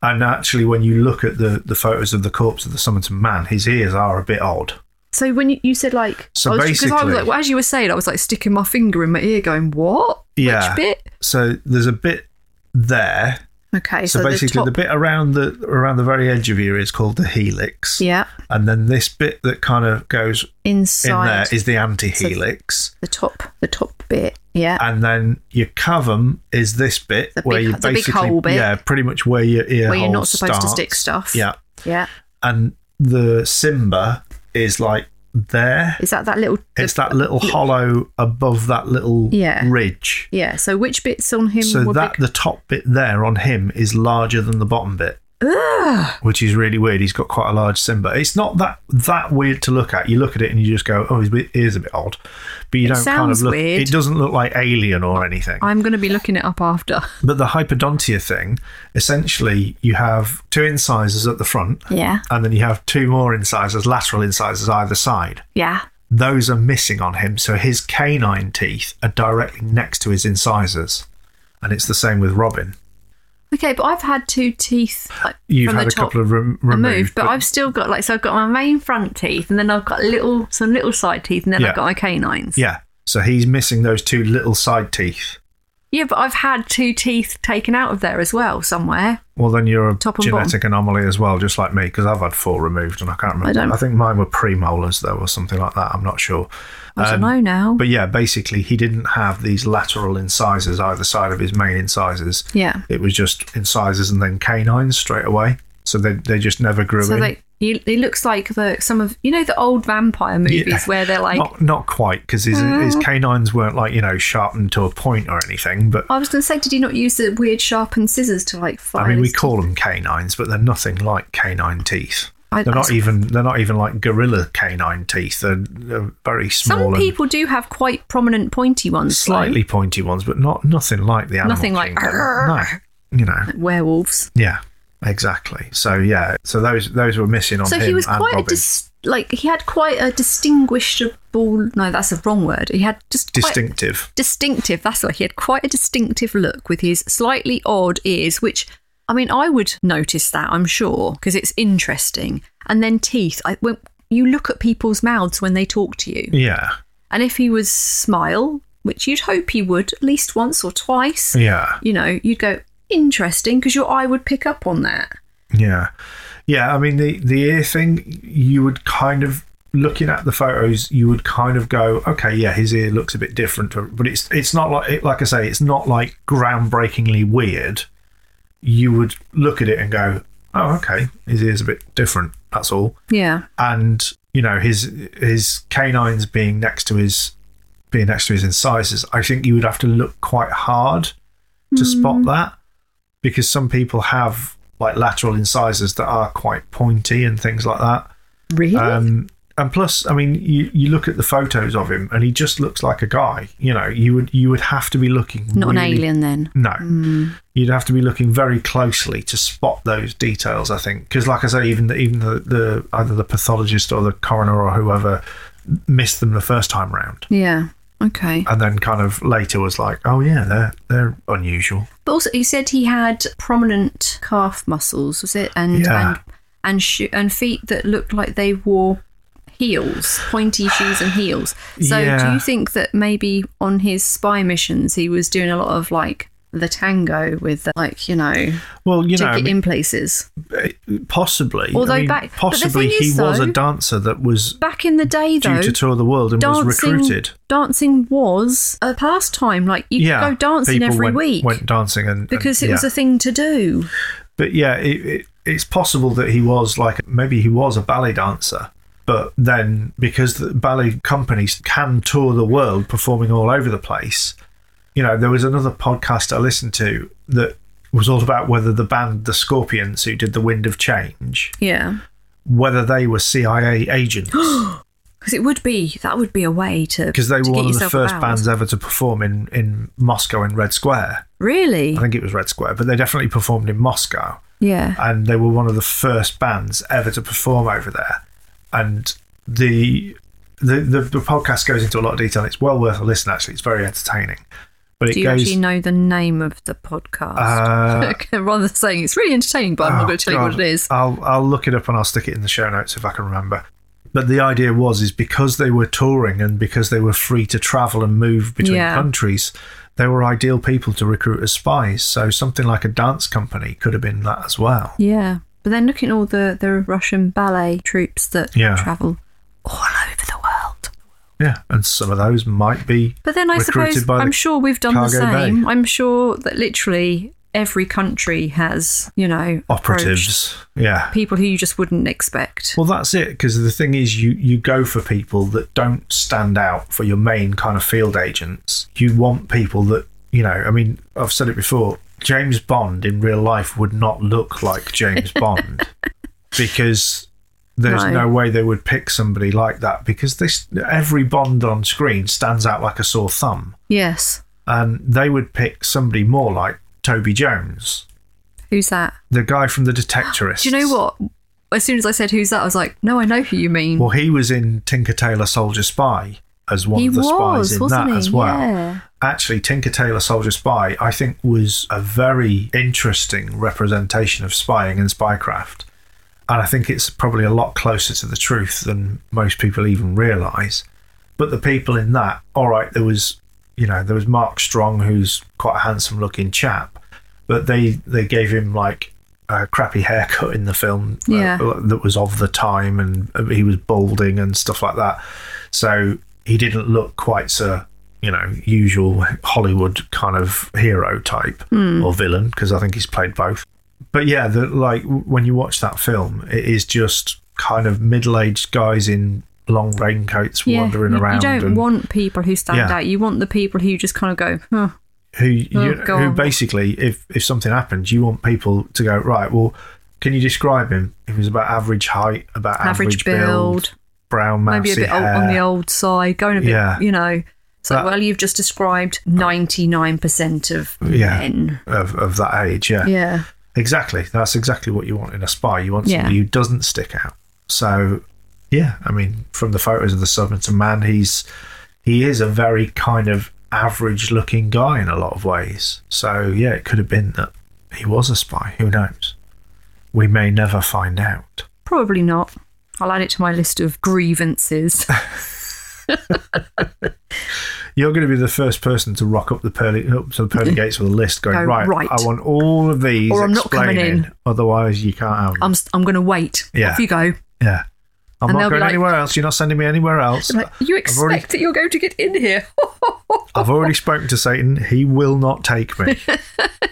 B: And actually, when you look at the, the photos of the corpse of the Summerton man, his ears are a bit odd.
A: So when you, you said like,
B: So
A: because I was like,
B: basically-
A: well, as you were saying, I was like sticking my finger in my ear, going, "What?
B: Yeah.
A: Which bit?"
B: So there's a bit there.
A: Okay, so,
B: so basically, the,
A: the, top,
B: bit around the around the very edge of your ear is called the helix.
A: yeah,
B: And then this bit that kind of goes in
A: inside
B: there is the anti-helix.
A: the top, the top bit, yeah,
B: and then your cavum is this bit
A: The
B: where
A: big-
B: you
A: the big
B: basically
A: hole bit.
B: yeah pretty much where your ear
A: where you're
B: hole
A: not supposed to
B: starts.
A: stick stuff.
B: yeah
A: yeah.
B: and the simba is like there
A: Is that that little?
B: it's that little hollow above that little
A: Yeah.
B: ridge
A: Yeah. So which bits on him?
B: so
A: were
B: that
A: big?
B: the top bit there on him is larger than the bottom bit
A: Ugh.
B: which is really weird he's got quite a large simba it's not that that weird to look at you look at it and you just go oh his bit- ear's a bit odd but you
A: It
B: don't kind of
A: sounds
B: look
A: weird.
B: it doesn't look like alien or anything
A: I'm going to be looking it up after.
B: But the hypodontia thing, essentially, you have two incisors at the front,
A: Yeah.
B: and then you have two more incisors, lateral incisors either side.
A: Yeah.
B: Those are missing on him, so his canine teeth are directly next to his incisors. And it's the same with Robin.
A: Okay, but I've had two teeth. Like,
B: You've
A: from
B: had
A: the
B: a
A: top
B: couple of rem-
A: removed,
B: removed,
A: but,
B: but-
A: I've still got like so I've got my main front teeth, and then I've got little some little side teeth, and then
B: Yeah.
A: I've got my canines.
B: Yeah, so he's missing those two little side teeth.
A: Yeah, but I've had two teeth taken out of there as well somewhere.
B: Well, then you're a
A: Top and bottom.
B: genetic anomaly as well, just like me, because I've had four removed, and I can't remember.
A: don't-
B: I think mine were premolars, though, or something like that. I'm not sure.
A: I
B: Um,
A: don't know now.
B: But yeah, basically, he didn't have these lateral incisors either side of his main incisors.
A: yeah.
B: It was just incisors and then canines straight away. So they, they just never grew
A: So
B: in.
A: like he, he looks like the some of you know the old vampire movies
B: Yeah.
A: where they're like Mm.
B: not, not quite, because his, his canines weren't like, you know, sharpened to a point or anything. But
A: I was going to say, did he not use the weird sharpened scissors to like file?
B: I mean, we
A: his
B: call them canines, but they're nothing like canine teeth.
A: I-
B: they're
A: I
B: not
A: sw-
B: even they're not even like gorilla canine teeth. They're, they're very
A: teeth? Some
B: small and
A: people do have quite prominent pointy ones, though.
B: slightly pointy ones, but not nothing like the animal
A: Nothing like,
B: kingdom. no, you know.
A: like werewolves.
B: Yeah, exactly. So yeah, so those those were missing on
A: So
B: him.
A: he was
B: and
A: quite a
B: Robin.
A: dis- like he had quite a distinguishable. No, that's a wrong word. He had just quite-
B: distinctive.
A: distinctive. That's why he had quite a distinctive look with his slightly odd ears, which I mean, I would notice that I'm sure because it's interesting. And then teeth. I when you look at people's mouths when they talk to you,
B: Yeah,
A: and if he was smile, which you'd hope he would at least once or twice,
B: yeah,
A: you know, you'd go interesting because your eye would pick up on that.
B: yeah, yeah. I mean the the ear thing, you would kind of looking at the photos, you would kind of go, okay, yeah, his ear looks a bit different, to- but it's it's not like it, like I say, it's not like groundbreakingly weird. You would look at it and go, oh, okay, his ear's a bit different. That's all.
A: Yeah.
B: and you know his his canines being next to his being next to his incisors i think you would have to look quite hard to
A: Hmm.
B: spot that because some people have like lateral incisors that are quite pointy and things like that
A: Really?
B: um and plus i mean you you look at the photos of him and he just looks like a guy you know you would you would have to be looking
A: Not an
B: Um, really-
A: alien then.
B: no
A: Mm.
B: you'd have to be looking very closely to spot those details. I think because, like I say, even the, even the, the either the pathologist or the coroner or whoever missed them the first time round,
A: Yeah. Okay.
B: and then kind of later was like, "Oh yeah, they're they're unusual."
A: But also, you said he had prominent calf muscles, was it? And
B: Yeah.
A: and and, sho- and feet that looked like they wore heels, pointy shoes and heels. So, do
B: Yeah.
A: you think that maybe on his spy missions he was doing a lot of like the tango with the, like you know
B: Well, you
A: took
B: know, I
A: it
B: mean,
A: in places.
B: possibly. I
A: Although
B: mean,
A: back- but the
B: possibly
A: thing
B: he
A: is,
B: was a
A: though-
B: dancer that was
A: Back in the day, though,
B: due to tour the world and was
A: dancing
B: recruited.
A: dancing was a pastime. Like you
B: yeah,
A: go dancing
B: people
A: every
B: went,
A: week
B: Went dancing and and-
A: because it
B: yeah.
A: was a thing to do.
B: But yeah, it, it, it's possible that he was like maybe he was a ballet dancer, but then because the ballet companies can tour the world performing all over the place, you know, there was another podcast I listened to that was all about whether the band the Scorpions who did the Wind of Change,
A: Yeah,
B: whether they were CIA agents
A: because it would be that would be a way to
B: because they
A: to
B: were
A: get
B: one of the
A: yourself
B: first
A: about.
B: bands ever to perform in in Moscow in Red Square.
A: Really?
B: I think it was Red Square, but they definitely performed in Moscow.
A: Yeah.
B: and they were one of the first bands ever to perform over there. And the the the, the podcast goes into a lot of detail. It's well worth a listen. Actually, it's very entertaining. But it
A: Do you
B: goes.
A: actually know the name of the podcast?
B: Uh,
A: Rather than saying it's really entertaining, but I'm
B: Oh,
A: not going to tell you what
B: God.
A: it is.
B: I'll I'll look it up and I'll stick it in the show notes if I can remember. But the idea was is because they were touring and because they were free to travel and move between
A: Yeah.
B: countries, they were ideal people to recruit as spies. So something like a dance company could have been that as well.
A: Yeah. But then look at all the, the Russian ballet troops that
B: Yeah.
A: travel all over the world.
B: Yeah, and some of those might be
A: But then I
B: recruited
A: suppose
B: by the
A: I'm sure we've done the
B: cargo bay.
A: same. I'm sure that literally every country has, you know, approached
B: operatives. Yeah.
A: people who you just wouldn't expect.
B: Well, that's it because the thing is, you you go for people that don't stand out for your main kind of field agents. You want people that you know. I mean, I've said it before. James Bond in real life would not look like James Bond because there's
A: No.
B: no. way they would pick somebody like that because this every Bond on screen stands out like a sore thumb,
A: yes.
B: and they would pick somebody more like Toby Jones,
A: Who's that?
B: the guy from The Detectorists.
A: Do you know what? As soon as I said who's that, I was like, no, I know who you mean.
B: Well, he was in Tinker Tailor Soldier Spy as one
A: he
B: of the
A: was,
B: spies in
A: wasn't
B: that
A: he?
B: as well.
A: Yeah.
B: Actually, Tinker Tailor Soldier Spy, I think, was a very interesting representation of spying and spycraft. And I think it's probably a lot closer to the truth than most people even realise. But the people in that, all right, there was, you know, there was Mark Strong, who's quite a handsome looking chap, but they they gave him like a crappy haircut in the film uh,
A: Yeah.
B: that was of the time, and uh, he was balding and stuff like that. So he didn't look quite so, you know, usual Hollywood kind of hero type
A: Hmm.
B: or villain because I think he's played both. But yeah, the, like w- when you watch that film, it is just kind of middle-aged guys in long raincoats wandering
A: you,
B: around.
A: You don't
B: and-
A: want people who stand
B: Yeah.
A: out. You want the people who just kind of go, huh.
B: who you,
A: Oh, go
B: who
A: on.
B: basically if if something happens you want people to go right well can you describe him he was about average height about average,
A: average build,
B: brown mousy
A: maybe a bit old,
B: hair
A: on the old side, going a bit,
B: Yeah.
A: you know. So,
B: That-
A: well, you've just described 99% of
B: Yeah.
A: men.
B: of, of that age yeah.
A: Yeah.
B: exactly that's exactly what you want in a spy you want
A: Yeah.
B: somebody who doesn't stick out so yeah i mean from the photos of the submarine man he's he is a very kind of average looking guy in a lot of ways so yeah it could have been that he was a spy who knows we may never find out
A: Probably not. I'll add it to my list of grievances.
B: You're going to be the first person to rock up the pearly up to the pearly gates with a list, going
A: Go,
B: right,
A: Oh, "Right."
B: I want all of these
A: Or I'm not coming
B: explaining.
A: in."
B: Otherwise, you can't have. Them.
A: I'm, s- I'm going to wait.
B: Yeah.
A: Off you go.
B: yeah, I'm
A: and they'll
B: not
A: be
B: going
A: like-
B: anywhere else. You're not sending me anywhere else.
A: Like, you expect
B: I've already-
A: that you're going to get in here.
B: I've already spoken to Satan. He will not take me.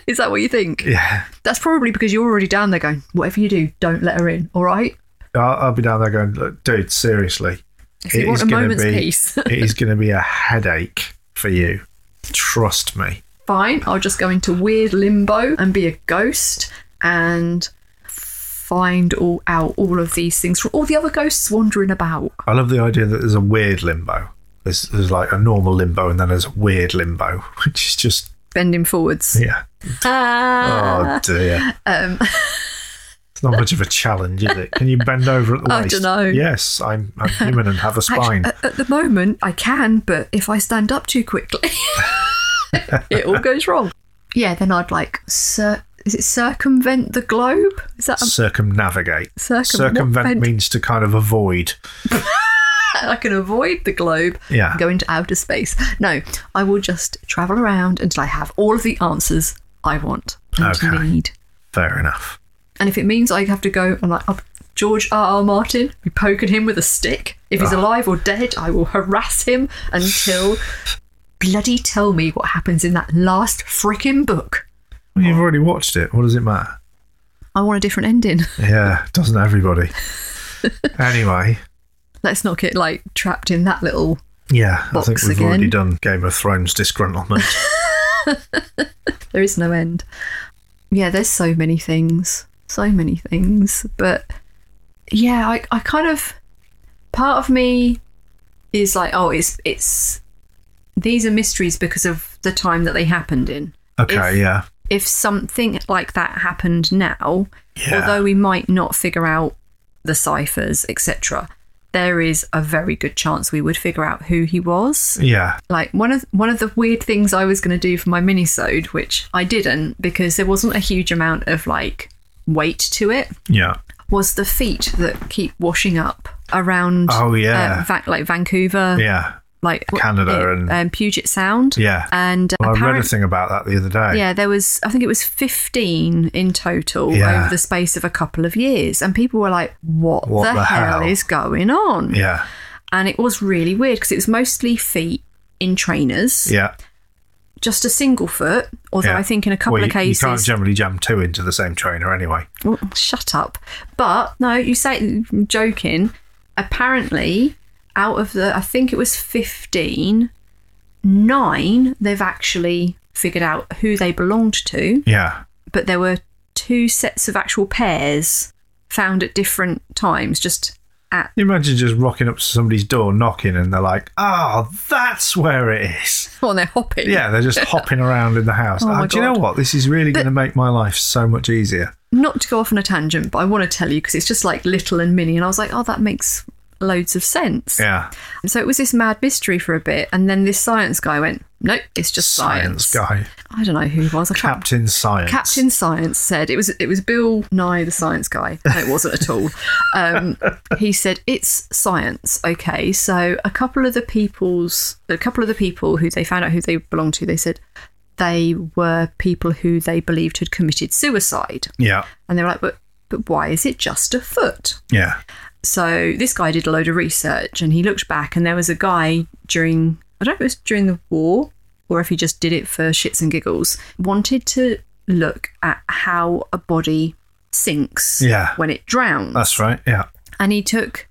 A: Is that what you think?
B: yeah,
A: That's probably because you're already down there going, whatever you do, don't let her in, all right?
B: I'll, I'll be down there going, Look, dude, seriously,
A: If you
B: it
A: want
B: is
A: a
B: going to
A: moment's
B: be
A: peace.
B: it is going to be a headache for you. Trust me.
A: fine, I'll just go into weird limbo and be a ghost and find all out all of these things from all the other ghosts wandering about.
B: I love the idea that there's a weird limbo. There's, there's like a normal limbo and then there's a weird limbo, which is just
A: Bending forwards.
B: yeah.
A: Ah,
B: Oh dear.
A: um,
B: It's not much of a challenge, is it? Can you bend over at the
A: I
B: waist?
A: dunno. uh,
B: Yes, I'm, I'm human and have a spine.
A: actu- at, at the moment, I can, but if I stand up too quickly, it all goes wrong. Yeah, then I'd like, cir- is it circumvent the globe? Is that a
B: Circumnavigate.
A: um, circum-
B: Circumvent
A: what-
B: means to kind of avoid.
A: I can avoid the globe
B: Yeah.
A: and go into outer space. No, I will just travel around until I have all of the answers I want and
B: Okay.
A: need.
B: Fair enough.
A: And if it means I have to go and like up George R. R. Martin, be poking him with a stick. If he's alive or dead, I will harass him until bloody tell me what happens in that last frickin' book.
B: Well, you've already watched it. What does it matter?
A: I want a different ending.
B: Yeah, doesn't everybody? anyway,
A: Let's not get like trapped in that little
B: yeah, I
A: Box
B: think we've
A: again.
B: already done Game of Thrones disgruntlement.
A: there is no end. Yeah, there's so many things. So many things. But yeah, I, I kind of part of me is like, oh, it's it's these are mysteries because of the time that they happened in.
B: Okay,
A: If-
B: yeah.
A: If something like that happened now,
B: Yeah.
A: although we might not figure out the ciphers, etc., there is a very good chance we would figure out who he was
B: Yeah.
A: like one of one of the weird things I was going to do for my minisode, which I didn't because there wasn't a huge amount of like weight to it,
B: Yeah.
A: was the feet that keep washing up around.
B: Oh, yeah.
A: uh, Va- like Vancouver,
B: Yeah.
A: like what-
B: Canada
A: uh,
B: and-
A: um, Puget Sound,
B: Yeah.
A: and
B: Well, I read a
A: apparent-
B: thing about that the other day.
A: yeah, there was I think it was fifteen in total
B: Yeah.
A: over the space of a couple of years, and people were like, "What,
B: What
A: the,
B: the
A: hell?
B: hell?"
A: is going on?"
B: Yeah.
A: And it was really weird because it was mostly feet in trainers.
B: Yeah.
A: just a single foot, although
B: yeah.
A: I think in a couple
B: Well,
A: of
B: you-
A: cases.
B: You can't generally jam two into the same trainer anyway.
A: Well, shut up. But no, you say I'm joking. Apparently, out of the, I think it was 15, nine they've actually figured out who they belonged to,
B: Yeah.
A: but there were two sets of actual pairs found at different times, just at.
B: You imagine just rocking up to somebody's door, knocking, and they're like, "Ah, that's where it is."
A: Well, they're hopping.
B: Yeah, they're just hopping around in the house.
A: Oh
B: Ah,
A: my
B: do you know
A: God.
B: what? This is really going to make my life so much easier.
A: not to go off on a tangent, but I want to tell you because it's just like little and mini. And I was like, oh, that makes loads of sense.
B: Yeah,
A: So it was this mad mystery for a bit, and then this science guy went, "Nope, it's just science."
B: guy,
A: I don't know who he was. I can't-
B: Captain Science.
A: Captain Science said it was it was Bill Nye the Science Guy. No, it wasn't at all. Um, he said it's science. Okay, so a couple of the people's a couple of the people who they found out who they belonged to, they said they were people who they believed had committed suicide,
B: Yeah,
A: and they were like, "But but why is it just a foot?"
B: yeah,
A: So this guy did a load of research and he looked back and there was a guy during I don't know if it was during the war or if he just did it for shits and giggles, wanted to look at how a body sinks
B: Yeah.
A: when it drowns.
B: that's right. Yeah,
A: and he took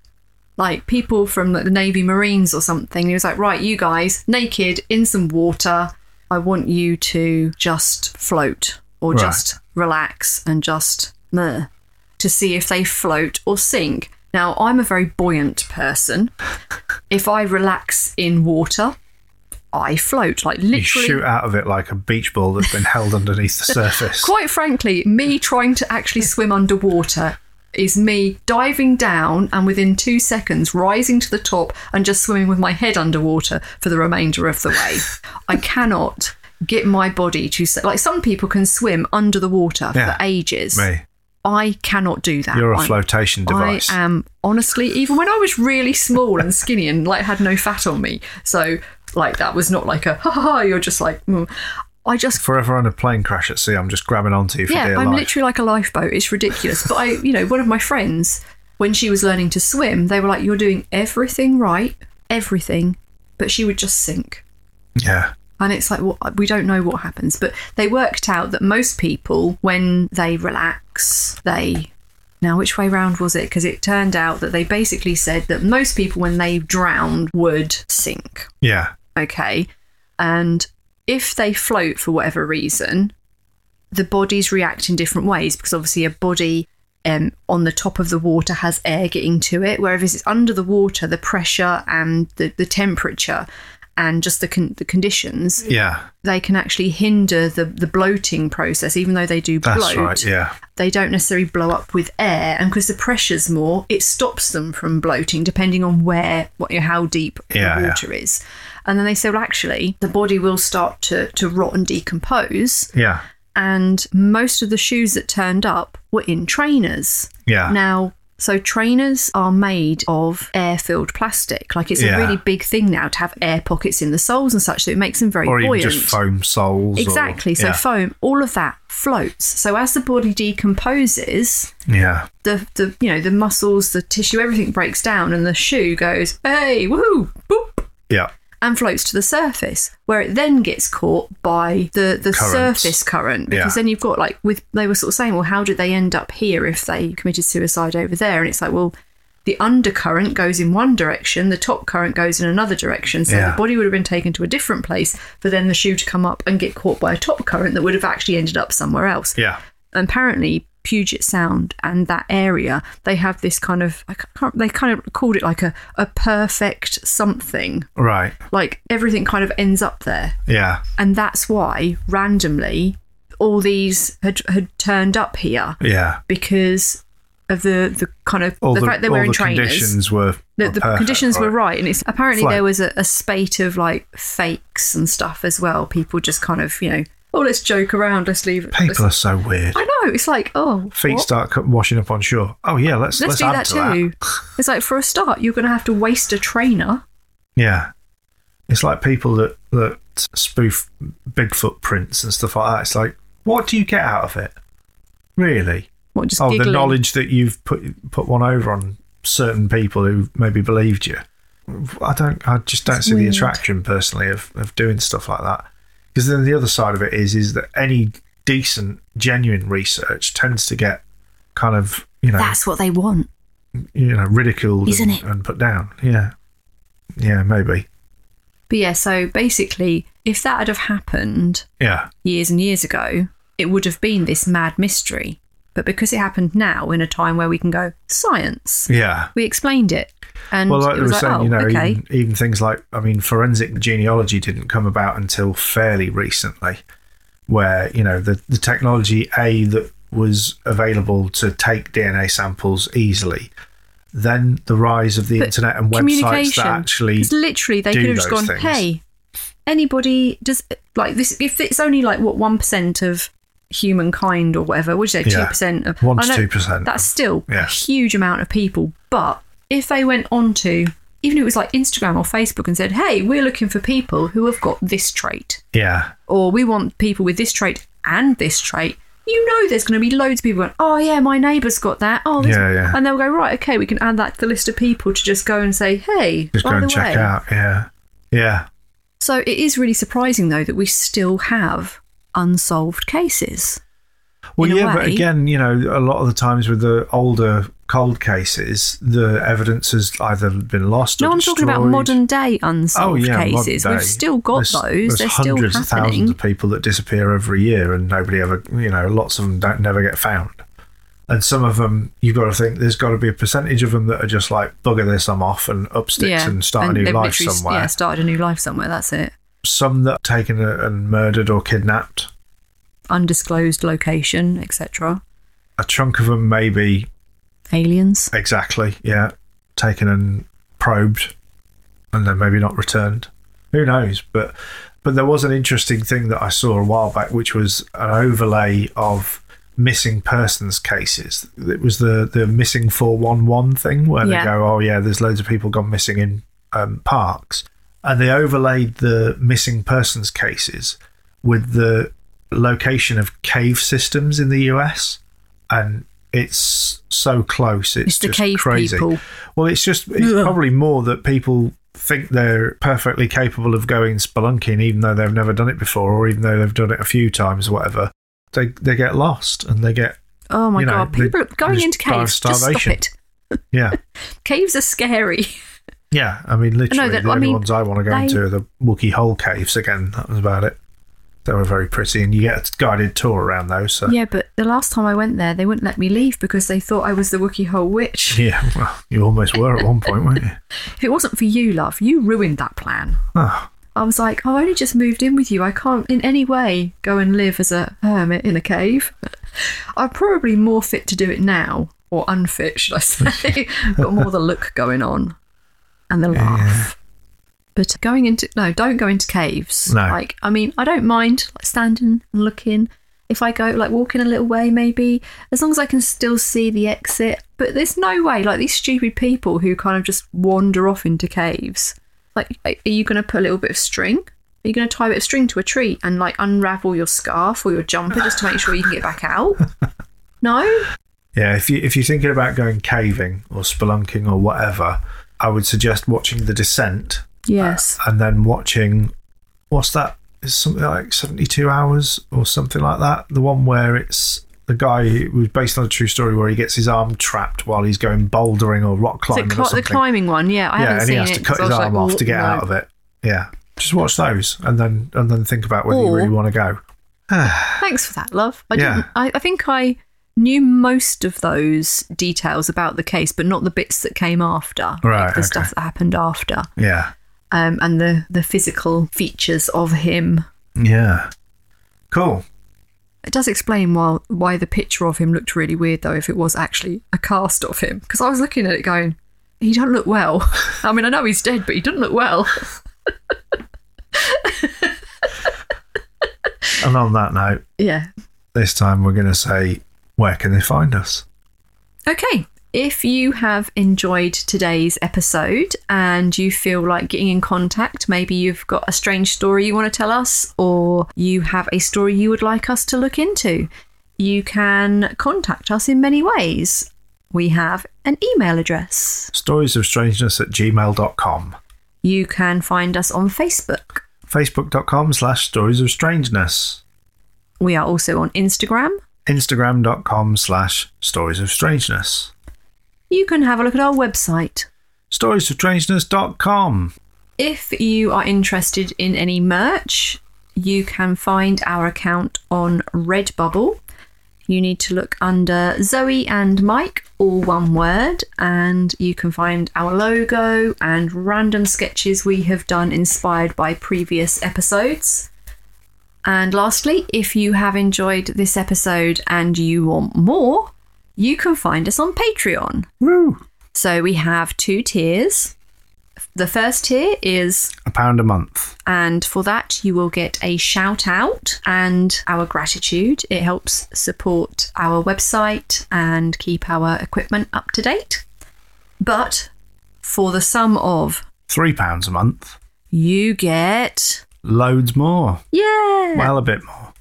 A: like people from like, the Navy Marines or something. He was like, Right, you guys, naked in some water, I want you to just float or
B: Right.
A: just relax and just meh to see if they float or sink. Now, I'm a very buoyant person. if I relax in water, I float. Like
B: you
A: literally
B: shoot out of it like a beach ball that's been held underneath the surface.
A: Quite frankly, me trying to actually swim underwater is me diving down and within two seconds rising to the top and just swimming with my head underwater for the remainder of the way. I cannot get my body to s- like some people can swim under the water
B: Yeah.
A: for ages.
B: Me,
A: I cannot do that.
B: you're a
A: I'm-
B: flotation device.
A: I am honestly, even when I was really small and skinny and like had no fat on me, so like that was not like a ha ha. ha you're just like mm. I just
B: Forever on a plane crash at sea, I'm just grabbing onto you for
A: yeah,
B: dear
A: I'm
B: life.
A: literally like a lifeboat. It's ridiculous. But I, you know, one of my friends, when she was learning to swim, they were like, "You're doing everything right, everything," but she would just sink.
B: yeah,
A: And it's like, well, we don't know what happens. But they worked out that most people, when they relax, they. Now, which way round was it? Because it turned out that they basically said that most people, when they drowned, would sink
B: yeah,
A: okay? And if they float for whatever reason, the bodies react in different ways because obviously a body um, on the top of the water has air getting to it, whereas if it's under the water, the pressure and the, the temperature and just the, con- the conditions,
B: yeah.
A: they can actually hinder the, the bloating process, even though they do
B: That's
A: bloat
B: right. Yeah,
A: they don't necessarily blow up with air and because the pressure's more it stops them from bloating depending on where what you know, how deep
B: Yeah,
A: the
B: yeah.
A: water is and then they say well actually the body will start to to rot and decompose
B: yeah,
A: and most of the shoes that turned up were in trainers
B: yeah.
A: now So trainers are made of air-filled plastic. Like it's
B: Yeah.
A: a really big thing now to have air pockets in the soles and such. So it makes them very
B: or even
A: buoyant.
B: just foam soles. or-
A: Exactly. So
B: yeah.
A: foam, all of that floats. So as the body decomposes,
B: yeah.
A: the, the you know the muscles, the tissue, everything breaks down, and the shoe goes hey woohoo boop
B: Yeah.
A: and floats to the surface, where it then gets caught by the the
B: Currents.
A: surface current. Because
B: Yeah.
A: then you've got like with they were sort of saying, well, how did they end up here if they committed suicide over there? And it's like, well. The undercurrent goes in one direction, the top current goes in another direction. So
B: Yeah.
A: the body would have been taken to a different place for then the shoe to come up and get caught by a top current that would have actually ended up somewhere else
B: Yeah.
A: apparently Puget Sound and that area, they have this kind of I can't, they kind of called it like a a perfect something.
B: Right.
A: Like everything kind of ends up there,
B: Yeah.
A: and that's why randomly all these had had turned up here
B: Yeah.
A: because of the the kind of
B: All
A: the,
B: the,
A: fact they're
B: all
A: wearing
B: the
A: trainers.
B: conditions were.
A: the,
B: were
A: the
B: perfect,
A: conditions were right, and it's apparently
B: Flat.
A: there was a, a spate of like fakes and stuff as well. People just kind of you know, oh let's joke around, let's leave. it.
B: People are so weird.
A: I know. It's like, oh,
B: Feet
A: what?
B: start co- washing up on shore. Oh yeah, let's
A: Let's,
B: let's,
A: do
B: add
A: that
B: to
A: too.
B: that.
A: it's like for a start, you're going to have to waste a trainer.
B: Yeah, it's like people that that spoof Bigfoot prints and stuff like that. It's like, what do you get out of it? Really?
A: What just
B: oh,
A: giggling?
B: the knowledge that you've put put one over on certain people who maybe believed you. I don't. I just don't
A: It's
B: see the
A: weird.
B: attraction personally of of doing stuff like that. Because then the other side of it is is that any decent, genuine research tends to get kind of you know
A: That's what they want.
B: you know ridiculed
A: Isn't
B: and,
A: it?
B: and put down. Yeah, yeah, maybe.
A: But yeah, so basically, if that had have happened
B: Yeah,
A: years and years ago, it would have been this mad mystery. But because it happened now in a time where we can go science,
B: yeah.
A: we explained it, and
B: well, like
A: it
B: we were
A: was like,
B: saying,
A: oh,
B: you know,
A: okay,
B: even, even things like, I mean, forensic genealogy didn't come about until fairly recently, where, you know, the, the technology, A, that was available to take DNA samples easily, then the rise of the
A: But
B: internet and websites
A: communication.
B: that actually.
A: it's literally they
B: do
A: could have just
B: those
A: gone,
B: things.
A: hey, anybody does like this? If it's only like what one percent of humankind or whatever, would you say two
B: Yeah.
A: percent of
B: One to
A: I know
B: 2%.
A: That's still
B: Yeah.
A: a huge amount of people. But if they went on to even if it was like Instagram or Facebook and said, hey, we're looking for people who have got this trait,
B: Yeah,
A: or we want people with this trait and this trait. You know, there's going to be loads of people going, Oh, yeah, my neighbour's got that. Oh, this.
B: Yeah, yeah.
A: And they'll go, Right, okay, we can add that to the list of people to just go and say, Hey,
B: just
A: by
B: go
A: the
B: and check
A: way.
B: out. Yeah, yeah,
A: So it is really surprising, though, that we still have unsolved cases.
B: Well,
A: in a
B: yeah, but
A: way.
B: again, you know, a lot of the times with the older cold cases, the evidence has either been lost.
A: No,
B: or
A: I'm talking about
B: destroyed.
A: modern day unsolved cases.
B: Oh, modern
A: We've
B: day.
A: still got
B: There's-
A: those.
B: There's
A: They're still
B: hundreds of thousands
A: happening.
B: of people that disappear every year, and nobody ever, you know, lots of them don't never get found. And some of them, you've got to think there's got to be a percentage of them that are just like bugger this, I'm off, and up sticks and start a new
A: they've
B: life
A: literally s-
B: somewhere.
A: Yeah, start a new life somewhere. That's it.
B: Some that are taken a- and murdered or kidnapped.
A: Undisclosed location, etc.
B: A chunk of them maybe
A: Aliens.
B: exactly, yeah, taken and probed, and then maybe not returned. Who knows? But but there was an interesting thing that I saw a while back, which was an overlay of missing persons cases. It was the the missing four one one thing where
A: Yeah.
B: they go, oh yeah, there's loads of people gone missing in um, parks, and they overlaid the missing persons cases with the location of cave systems in the US, and it's so close. It's,
A: It's the
B: just
A: cave
B: crazy.
A: people.
B: Well, it's just it's
A: Ugh.
B: probably more that people think they're perfectly capable of going spelunking, even though they've never done it before, or even though they've done it a few times, or whatever. They they get lost and they get
A: Oh my
B: You know,
A: god!
B: they-
A: People are going
B: they
A: into
B: just die of
A: caves. Just stop
B: starvation.
A: it.
B: yeah
A: Caves are scary.
B: yeah. I mean, literally
A: that-
B: the
A: I
B: only
A: mean,
B: ones I want to go
A: they-
B: into are the Wookiee Hole caves again. That was about it. They were very pretty, and you get a guided tour around those. So
A: Yeah, but the last time I went there, they wouldn't let me leave because they thought I was the Wookiee Hole witch.
B: yeah, well, you almost were at one point, weren't you?
A: If it wasn't for you, love, you ruined that plan.
B: Oh,
A: I was like, I only just moved in with you. I can't in any way go and live as a hermit in a cave. I'm probably more fit to do it now, or unfit, should I say. Got more the look going on and the laugh. But going into, no, don't go into caves.
B: No.
A: Like, I mean, I don't mind like, standing and looking. If I go, like, walking a little way, maybe, as long as I can still see the exit. But there's no way, like these stupid people who kind of just wander off into caves. Like, are you going to put a little bit of string? Are you going to tie a bit of string to a tree and like unravel your scarf or your jumper just to make sure you can get back out? No?
B: Uh, Yeah, if you if you're thinking about going caving or spelunking or whatever, I would suggest watching The Descent Uh,
A: Yes.
B: and then watching what's that? It's something like 72 hours or something like that. The one where it's the guy who was based on a true story where he gets his arm trapped while he's going bouldering or rock
A: Is
B: climbing
A: it
B: or
A: cli- the
B: something.
A: climbing one? Yeah, I
B: yeah,
A: haven't
B: and
A: seen
B: he has
A: it.
B: to cut
A: 'cause I
B: his
A: was
B: arm
A: like,
B: off to get
A: "Oh,
B: out
A: no."
B: of it. Yeah, just watch those and then and then think about whether you
A: Or-
B: really want to go.
A: Thanks for that, love. I,
B: Yeah.
A: didn't, I, I think I knew most of those details about the case, but not the bits that came after.
B: Right,
A: the
B: okay.
A: stuff that happened after,
B: Yeah,
A: um, and the the physical features of him.
B: yeah, cool.
A: It does explain why why the picture of him looked really weird, though, if it was actually a cast of him. Because I was looking at it going, he don't look well. I mean, I know he's dead, but he doesn't look well.
B: And on that note,
A: yeah,
B: this time we're going to say, where can they find us?
A: Okay. If you have enjoyed today's episode and you feel like getting in contact, maybe you've got a strange story you want to tell us, or you have a story you would like us to look into, you can contact us in many ways. We have an email address.
B: Stories of Strangeness at gmail.com.
A: You can find us on Facebook.
B: Facebook.com slash Stories of Strangeness.
A: We are also on Instagram.
B: Instagram.com slash Stories of Strangeness.
A: You can have a look at our website.
B: Stories of Strangeness.com.
A: If you are interested in any merch, you can find our account on Redbubble. You need to look under Zoe and Mike, all one word, and you can find our logo and random sketches we have done inspired by previous episodes. And lastly, if you have enjoyed this episode and you want more, you can find us on Patreon.
B: Woo!
A: So we have two tiers. The first tier is
B: A pound a month.
A: and for that, you will get a shout out and our gratitude. It helps support our website and keep our equipment up to date. But for the sum of,
B: Three pounds a month.
A: you get.
B: Loads more.
A: Yeah!
B: Well, a bit more.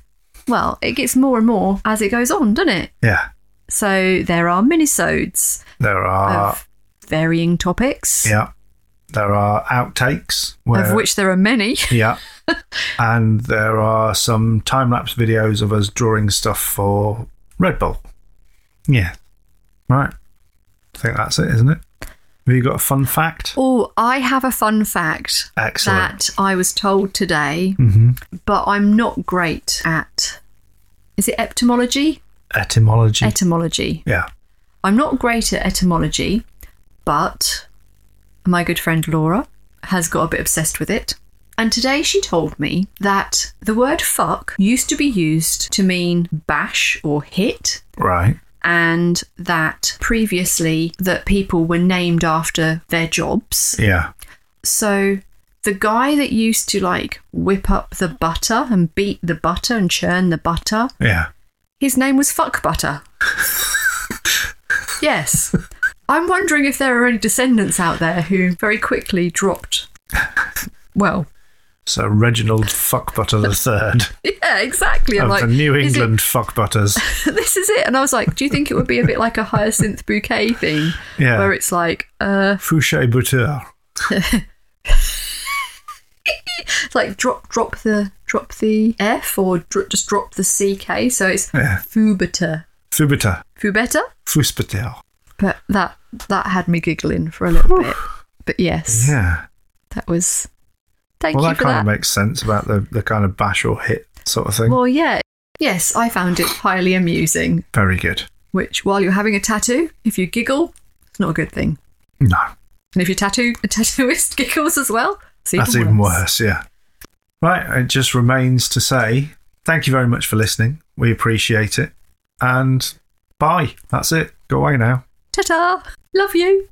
A: Well, it gets more and more as it goes on, doesn't it?
B: Yeah.
A: So there are minisodes
B: There are.
A: of varying topics,
B: Uh, Yeah. There are outtakes. Where,
A: of which there are many.
B: Yeah. and there are some time lapse videos of us drawing stuff for Red Bull. Yeah. Right. I think that's it, isn't it? Have you got a fun fact?
A: Oh, I have a fun fact
B: Excellent.
A: that Mm-hmm. I was told today, but I'm not great at. Is it etymology?
B: Etymology.
A: Etymology.
B: yeah.
A: I'm not great at etymology, but my good friend Laura has got a bit obsessed with it. And today she told me that the word fuck used to be used to mean bash or hit
B: Right.
A: and that previously that people were named after their jobs
B: Yeah.
A: so the guy that used to like whip up the butter and beat the butter and churn the butter,
B: Yeah.
A: his name was Fuck Butter. yes. I'm wondering if there are any descendants out there who very quickly dropped. Well,
B: So Reginald Fuckbutter the Third
A: yeah, exactly. I'm
B: of
A: like
B: the New
A: is it-
B: England Fuckbutters.
A: this is it. And I was like, do you think it would be a bit like a hyacinth bouquet thing,
B: Yeah.
A: where it's like, uh,
B: Fouché Butter.
A: It's like drop drop the drop the F or dr- just drop the CK. So it's
B: Yeah.
A: Fubiter.
B: Fubiter.
A: Fubeta?
B: Fuspeter.
A: But that that had me giggling for a little bit. But yes,
B: Yeah.
A: that was thank
B: well,
A: you
B: that
A: for
B: kind
A: that.
B: of makes sense about the, the kind of bash or hit sort of thing.
A: well, yeah. Yes, I found it highly amusing,
B: Very good.
A: which while you're having a tattoo, if you giggle, it's not a good thing.
B: No.
A: And if your tattoo a tattooist giggles as well, it's even
B: That's even worse, yeah. Right, it just remains to say thank you very much for listening. We appreciate it. And bye. That's it. Go away now.
A: Ta-ta. Love you.